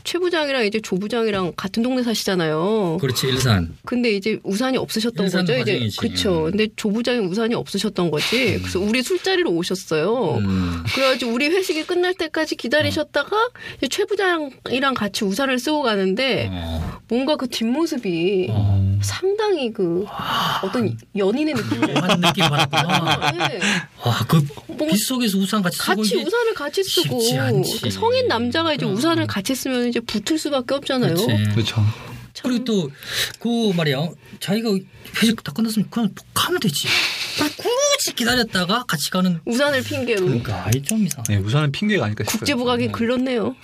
Speaker 3: 최 부장이랑 이제 조 부장이랑 같은 동네 사시잖아요.
Speaker 2: 그렇지 일산.
Speaker 3: 근데 이제 우산이 없으셨던
Speaker 2: 인사는 음.
Speaker 3: 거죠. 이제
Speaker 2: 과정이지.
Speaker 3: 그쵸. 근데 조 부장이 우산이 없으셨던 거지. 그래서 우리 술자리로 오셨어요.
Speaker 2: 음.
Speaker 3: 그래가지고 우리 회식이 끝날 때까지 기다리셨다가 이제 최 부장이랑 같이 우산을 쓰고 가는데
Speaker 2: 어.
Speaker 3: 뭔가 그 뒷모습이
Speaker 2: 어.
Speaker 3: 상당히 그
Speaker 2: 아.
Speaker 3: 어떤 연인의 느낌.
Speaker 2: 한 느낌 받았구나. 아,
Speaker 3: 네.
Speaker 2: 와그
Speaker 3: 뭔가
Speaker 2: 빗속에서 우산 같이 쓰고
Speaker 3: 같이
Speaker 2: 이게-
Speaker 3: 우산을 같이 쓰고
Speaker 2: 쉽지 않지.
Speaker 3: 그러니까 성인 남자가 이제
Speaker 2: 그럼.
Speaker 3: 우산을 같이 쓰면 이제 붙을 수밖에 없잖아요.
Speaker 2: 그렇지.
Speaker 4: 그렇죠.
Speaker 3: 참
Speaker 2: 그리고 또 그 말이야 자기가 회식 다 끝났으면 그냥 가면 되지. 굳이 기다렸다가 같이 가는.
Speaker 3: 우산을 핑계로
Speaker 2: 그러니까 아이 좀 이상해.
Speaker 4: 네, 우산은 핑계가 아닐까 싶어요.
Speaker 3: 국제부각이 글렀네요.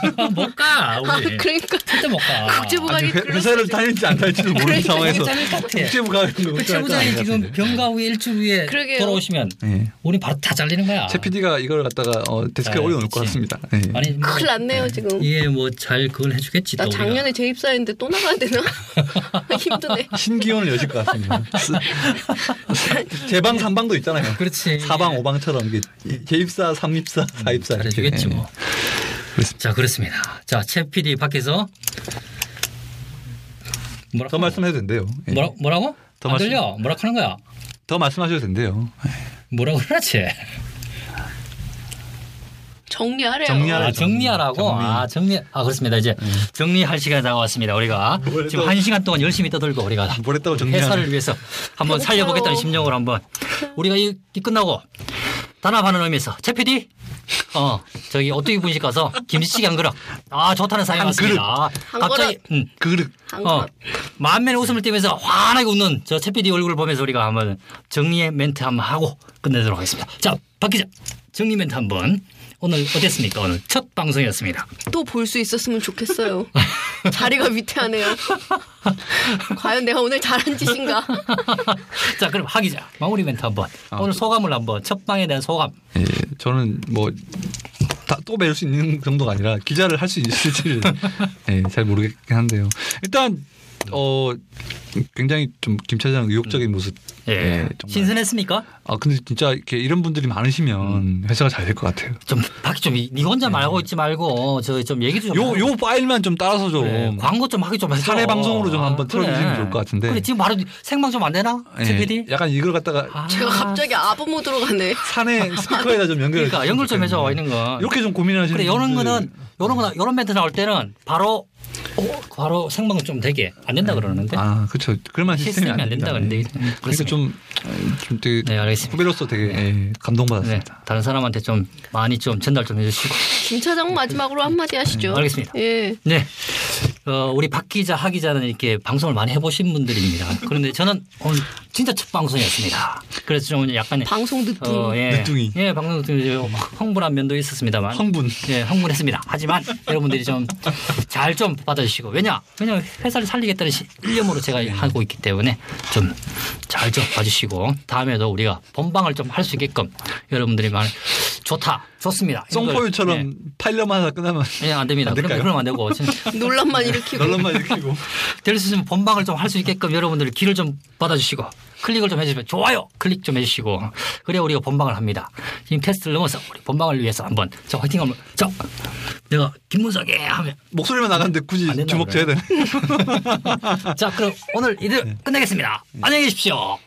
Speaker 2: 그러니까 뭘까
Speaker 3: 아,
Speaker 2: 우리.
Speaker 3: 그러니까
Speaker 2: 절대 못 가.
Speaker 3: 국제부각이
Speaker 4: 아직 회,
Speaker 3: 글렀
Speaker 4: 회사를 다닐지 안 다닐지도 모르는
Speaker 3: 그러니까
Speaker 4: 상황에서
Speaker 2: 국제부각이 같아.
Speaker 4: 국제부각이 뭐
Speaker 2: 그 최부장이 지금 병가 후에 일주 후에
Speaker 3: 그러게요.
Speaker 2: 돌아오시면
Speaker 4: 예.
Speaker 2: 우리 바로 다 잘리는 거야.
Speaker 4: 최 PD가 이걸 갖다가 어, 데스크에
Speaker 2: 아,
Speaker 4: 올려놓을 것
Speaker 2: 그치.
Speaker 4: 같습니다. 예.
Speaker 2: 아니 뭐,
Speaker 3: 큰일 났네요 지금.
Speaker 2: 예, 뭐 잘 그걸 해주겠지.
Speaker 3: 나
Speaker 2: 또 우리가.
Speaker 3: 작년에 재입사했는데 또 나가야 되나? 힘드네.
Speaker 4: 신기원을 여실 것 같습니다. 제방 삼방도 있잖아요.
Speaker 2: 그렇지.
Speaker 4: 사방 오방처럼 이게 재입사, 삼입사, 사입사 이렇게.
Speaker 2: 잘해주겠지 뭐.
Speaker 4: 그렇습니다.
Speaker 2: 자 그렇습니다. 자최 PD 밖에서 뭐라
Speaker 4: 더 말씀해도 된대요. 예.
Speaker 2: 뭐라 뭐라고?
Speaker 4: 더
Speaker 2: 안
Speaker 4: 말씀-
Speaker 2: 들려? 뭐라 하는 거야?
Speaker 4: 더 말씀하셔도 된대요.
Speaker 2: 뭐라고 그러지?
Speaker 3: 정리하래요.
Speaker 4: 정리하래.
Speaker 2: 아, 정리하라고.
Speaker 4: 정리. 음.
Speaker 2: 아 정리. 아 그렇습니다. 이제 정리할 시간이 다가왔습니다. 우리가
Speaker 4: 뭘
Speaker 2: 지금
Speaker 4: 또-
Speaker 2: 한 시간 동안 열심히 떠들고 우리가
Speaker 4: 뭘 했다고 정리하는-
Speaker 2: 회사를 위해서 한번
Speaker 3: 배고파요.
Speaker 2: 살려보겠다는 심정으로 한번 우리가 이, 이 끝나고 단합하는 의미에서 최 PD. 어 저기 오뚜기 분식 가서 김치찌개 한 그릇 아 좋다는 사연
Speaker 4: 한
Speaker 2: 왔습니다
Speaker 3: 한
Speaker 2: 갑자기 음,
Speaker 4: 그릇.
Speaker 3: 한
Speaker 2: 어,
Speaker 3: 어.
Speaker 2: 만면의 웃음을 띠면서 환하게 웃는 저 채피디 얼굴 보면서 우리가 한번 정리의 멘트 한번 하고 끝내도록 하겠습니다. 자, 박 기자, 정리 멘트 한번. 오늘 어땠습니까? 오늘 첫 방송이었습니다.
Speaker 3: 또볼 수 있었으면 좋겠어요. 자리가 위태하네요. 과연 내가 오늘 잘한 짓인가?
Speaker 2: 자, 그럼 하 기자, 마무리 멘트 한번.
Speaker 4: 아.
Speaker 2: 오늘 소감을 한번, 첫 방에 대한 소감.
Speaker 4: 예, 저는 뭐. 다 또 배울 수 있는 정도가 아니라 기자를 할 수 있을지를 예, 잘 모르겠긴 한데요. 일단 어 굉장히 좀 김 차장 의욕적인 모습.
Speaker 2: 예.
Speaker 4: 네, 정말.
Speaker 2: 신선했습니까?
Speaker 4: 아 근데 진짜 이렇게 이런 분들이
Speaker 2: 음,
Speaker 4: 많으시면 회사가 잘 될 것 같아요.
Speaker 2: 좀, 박, 좀, 니 혼자 말고 있지 말고, 어, 저 좀 얘기 좀.
Speaker 4: 네. 요,
Speaker 2: 하고.
Speaker 4: 요 파일만 좀 따라서 좀.
Speaker 2: 그래, 네, 광고 좀 하기 좀 해서.
Speaker 4: 사례 방송으로 좀 한번 틀어주시면 좋을 것 같은데.
Speaker 2: 그래, 지금 바로 생방 좀 안 되나?
Speaker 4: 예,
Speaker 2: 채피디?
Speaker 4: 약간 이걸 갖다가
Speaker 2: 아.
Speaker 3: 제가 갑자기 아부 모드로 가네.
Speaker 4: 산에 스피커에다 좀 연결.
Speaker 2: 그러니까 연결 좀 해줘, 있는 거.
Speaker 4: 네, 그렇죠. 이렇게 좀 고민하시는.
Speaker 2: 그래 이런
Speaker 4: 분들.
Speaker 2: 거는 이런 거나 이런 멘트 나올 때는 바로 어, 바로 생방송 좀 되게 안 된다 그러는데
Speaker 4: 아 그렇죠. 그러면 시스템이 예. 네,
Speaker 2: 시스템이 안 된다 그러는데
Speaker 4: 그래서
Speaker 2: 그래서
Speaker 4: 좀좀 되게
Speaker 2: 네, 알겠습니다.
Speaker 4: 후배로서 되게 예,
Speaker 2: 네,
Speaker 4: 감동받았습니다.
Speaker 2: 다른 사람한테 좀 많이 좀 전달 좀 해주시고
Speaker 3: 김 차장 마지막으로 한마디 하시죠.
Speaker 2: 음, 알겠습니다.
Speaker 3: 예.
Speaker 2: 네 어, 우리 박 기자 하 기자는 이렇게 방송을 많이 해보신 분들입니다 그런데 저는 오늘 진짜 첫 방송이었습니다 그래서 좀 약간
Speaker 3: 방송 늦둥.
Speaker 2: 어, 예.
Speaker 4: 늦둥이.
Speaker 2: 예 방송 늦둥이 좀 흥분한 면도 있었습니다만
Speaker 4: 황분.
Speaker 2: 예, 흥분했습니다. 하지만 여러분들이 좀 잘 좀 받아주시고 왜냐 왜냐 회사를 살리겠다는 시- 일념으로 제가 하고 있기 때문에 좀 잘 좀 봐주시고 다음에도 우리가 본방을 좀 할 수 있게끔 여러분들이 말 좋다 좋습니다. 이런 걸-
Speaker 4: 송포유처럼 파일럿만 하다 끝나면
Speaker 2: 예, 예, 안 됩니다.
Speaker 4: 안
Speaker 2: 그럼
Speaker 4: 될까요?
Speaker 2: 그럼 안 되고 지금
Speaker 3: 논란만 일으키고
Speaker 4: 널런만 뭐 일으키고.
Speaker 2: 될 수 있으면 본방을 좀 할 수 있게끔 여러분들 귀를 좀 받아주시고 클릭을 좀 해주시면 좋아요 클릭 좀 해주시고 그래야 우리가 본방을 합니다 지금 테스트를 넘어서 우리 본방을 위해서 한번 저 화이팅 한번 저 내가 김문석에 하면
Speaker 4: 목소리만 나가는데 굳이
Speaker 2: 안 된다
Speaker 4: 주먹 져야 되네.
Speaker 2: 자, 그럼 오늘 이대로 끝내겠습니다. 안녕히 계십시오.